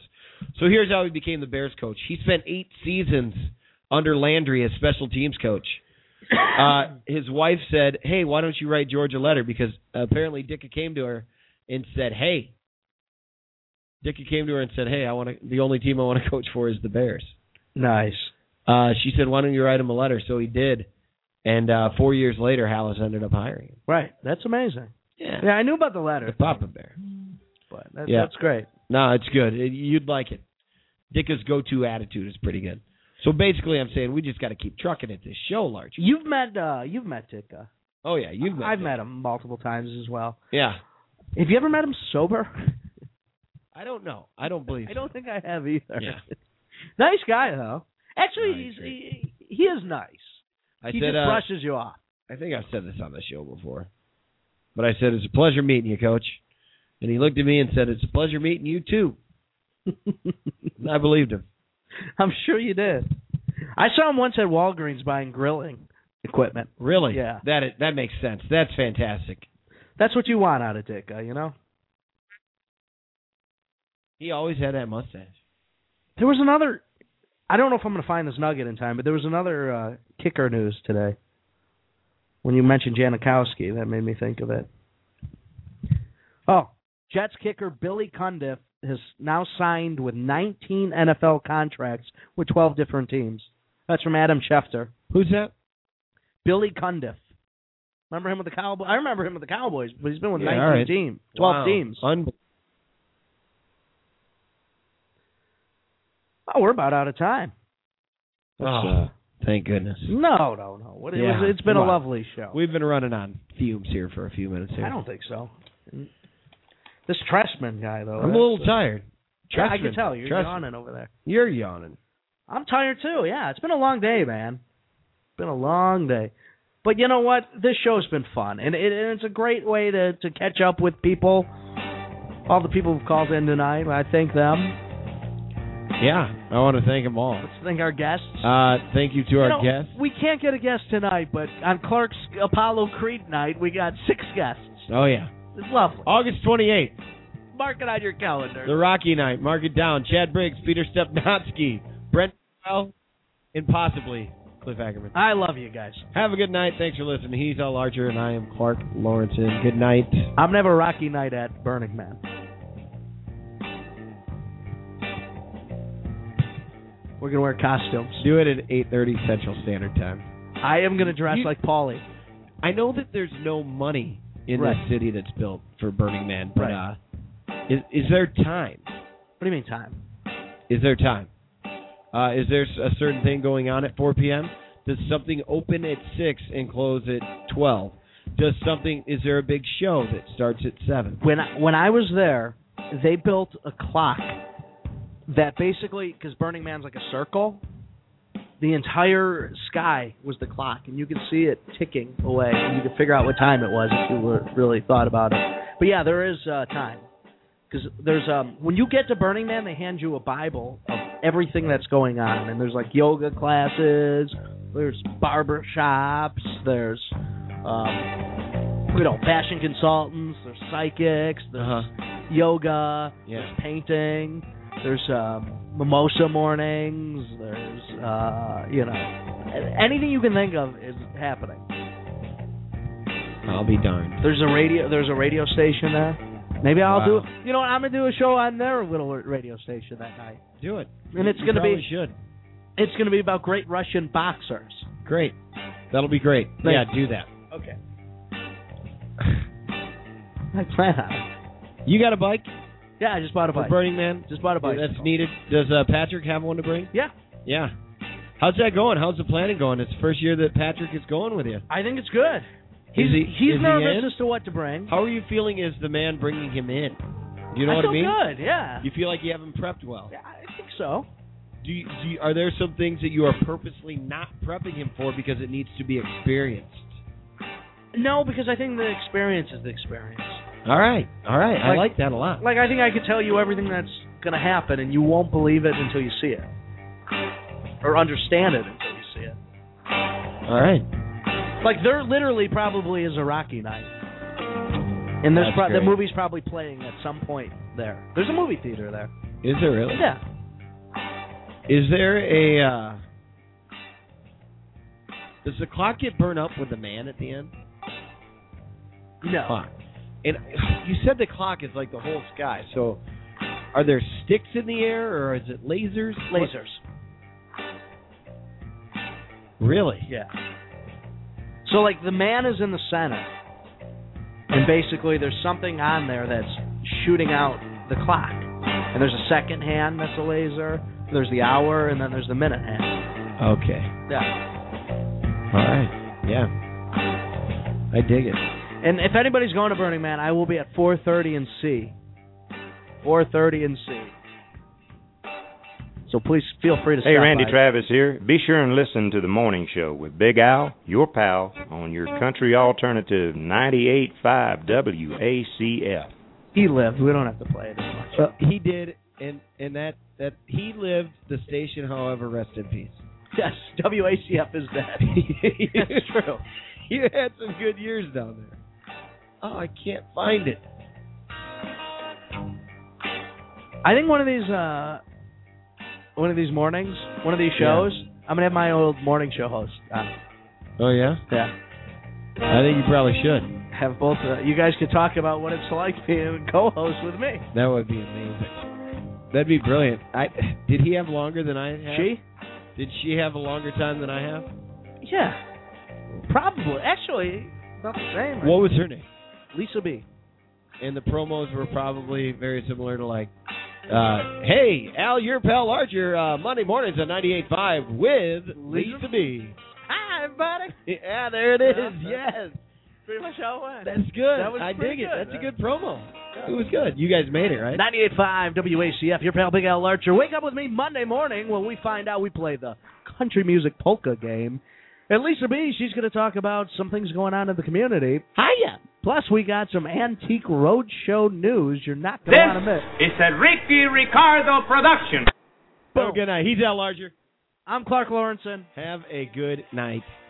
So here's how he became the Bears coach. He spent eight seasons under Landry as special teams coach. Uh, his wife said, "Hey, why don't you write George a letter?" Because apparently Dicka came to her and said, "Hey." Dicka came to her and said, "Hey, I want to. The only team I want to coach for is the Bears."
Nice.
Uh, she said, "Why don't you write him a letter?" So he did, and uh, four years later, Hallis ended up hiring him.
Right. That's amazing.
Yeah,
Yeah, I knew about the latter.
the Papa Bear.
But that's,
Yeah.
that's great.
No, it's good. It, you'd like it. Dicka's go-to attitude is pretty good. So basically, I'm saying we just got to keep trucking at this show, large.
You've met uh you've met Ditka.
Oh yeah, you've met.
I've
him.
met him multiple times as well.
Yeah,
Have you ever met him sober?
I don't know. I don't believe.
I don't think I have either.
Yeah.
nice guy though. Actually,
No, he's
he's he, he is nice.
I
he
said.
just
uh,
brushes you off.
I think I've said this on the show before, but I said it's a pleasure meeting you, Coach. And he looked at me and said, "It's a pleasure meeting you too." And I believed him.
I'm sure you did. I saw him once at Walgreens buying grilling equipment.
Really?
Yeah.
That it, that makes sense. That's fantastic.
That's what you want out of Ditka, you know.
He always had that mustache.
There was another. I don't know if I'm going to find this nugget in time, but there was another uh, kicker news today. When you mentioned Janikowski, that made me think of it. Oh, Jets kicker Billy Cundiff has now signed with 19 NFL contracts with 12 different teams. That's from Adam Schefter.
Who's that?
Billy Cundiff. Remember him with the Cowboys? I remember him with the Cowboys, but he's been with
Yeah,
19
all right.
team, 12
Wow.
teams.
Unbe-
Oh, we're about out of time. That's, uh,
oh, thank goodness.
No, no, no. What, it
Yeah,
was, it's been
come
a
on.
lovely show.
We've been running on fumes here for a few minutes here.
I don't think so. This Tressman guy, though.
I'm a
that's-
little tired.
Yeah, I can
Tressman.
tell you're
Tressman.
yawning over there.
You're yawning.
I'm tired too. Yeah, it's been a long day, man. Been a long day, but you know what? This show's been fun, and, it, and it's a great way to to catch up with people. All the people who called in tonight, I thank them.
Yeah, I want to thank them all.
Let's thank our guests.
Uh, thank you to
You
our
know,
guests.
We can't get a guest tonight, but on Clark's Apollo Creed night, we got six guests.
Oh yeah,
It's lovely.
August 28th.
Mark it on your calendar.
The Rocky Night. Mark it down. Chad Briggs, Peter Stepnotsky, Brent Bell, and possibly Cliff Ackerman.
I love you guys.
Have a good night. Thanks for listening. He's Al Archer, and I am Clark Lawrence. Good night.
I'm gonna have a rocky night at Burning Man. We're gonna wear costumes.
Do it at 8.30 Central Standard Time.
I am gonna dress
You-
like Paulie.
I know that there's no money in
Right.
this city that's built for Burning Man, but
Right.
uh, is, is there time?
What do you mean time?
Is there time? Uh, is there s- a certain thing going on at 4 p.m.? Does something open at 6 and close at 12? Does something? Is there a big show that starts at 7?
When I, when I was there, they built a clock that basically because Burning Man's like a circle. The entire sky was the clock, and you could see it ticking away, and you could figure out what time it was if you were, really thought about it. But yeah, there is uh, time because there's um when you get to Burning Man, they hand you a Bible of everything that's going on, and there's like yoga classes, there's barber shops, there's um you know fashion consultants, there's psychics, there's yoga,
Yeah.
there's painting, there's um, mimosa mornings, there's uh you know a- anything you can think of is happening.
I'll be darned.
There's a radio. There's a radio station there. Maybe I'll
Wow.
do. You know, what, I'm gonna do a show on their little radio station that night.
Do it.
And it's
You
gonna be-
probably should.
It's gonna be about great Russian boxers.
Great. That'll be great.
Thank-
Yeah, do that.
Okay. I plan on. it.
You got a bike
Yeah, I just bought a
for
bike.
Burning Man?
Just bought a bike.
That's needed. Does uh, Patrick have one to bring?
Yeah.
Yeah. How's that going? How's the planning going? It's the first year that Patrick is going with you.
I think it's good. He's
he-
he's
is he
nervous
in?
as to what to bring.
How are you feeling as the man bringing him in? Do you know
I
what
feel
I mean?
good. Yeah.
You feel like you haven't prepped well.
Yeah, I think so.
Do you, do you, are there some things that you are purposely not prepping him for because it needs to be experienced?
No, because I think the experience is the experience.
All right, all right. I
Like-
like that a lot.
Like I think I could tell you everything that's gonna happen, and you won't believe it until you see it, or understand it until you see it.
all right.
Like there literally probably is a Rocky night. And there's
That's
pro- the
great.
movie's probably playing at some point there. There's a movie theater there.
Is there really?
Yeah.
Is there a? Uh, does the clock get burnt up with the man at the end?
No.
Clock. And you said the clock is like the whole sky. So, are there sticks in the air, or is it lasers? What-
Lasers.
Really?
Yeah. So like the man is in the center. And basically there's something on there that's shooting out the clock. And there's a second hand that's a laser. There's the hour and then there's the minute hand.
Okay.
Yeah.
All right. Yeah. I dig it.
And if anybody's going to Burning Man, I will be at 4:30 and C. 4:30 and C. So please feel free to
Hey,
stop
Randy
by.
Travis here. Be sure and listen to The Morning Show with Big Al, your pal, on your country alternative 98.5 WACF.
He lived. We don't have to play it as much.
Well, he did, and and that that he lived. The station, however, rest in peace.
yes, WACF is dead. That's true.
You had some good years down there. Oh, I can't find it.
I think one of these uh, one of these mornings, one of these shows, I'm gonna have my old morning show host. On.
Oh yeah,
Yeah,
I think you probably should.
have both. Uh, you guys could talk about what it's like being a co-host with me.
That would be amazing. That'd be brilliant. I did he have longer than I have?
She?
did she have a longer time than I have?
Yeah, probably. Actually, about the same.
What was her name?
Lisa B.
and the promos were probably very similar to like, uh, "Hey, Al, your pal Archer, uh, Monday mornings at 98.5 with Lisa B."
Hi, everybody.
Yeah, there it is. Yes,
Pretty much how it went.
that's good.
That was
I dig
pretty
it.
good.
That's a good promo. It was good. You guys made it right.
98.5 WACF, your pal Big Al Larcher. Wake up with me Monday morning when we find out we play the country music polka game. And Lisa B, she's going to talk about some things going on in the community.
Hiya.
Plus, we got some antique roadshow news you're not going to want to miss.
It's a Ricky Ricardo production.
Have a good night. He's Al Archer.
I'm Clark Lawrenson.
Have a good night.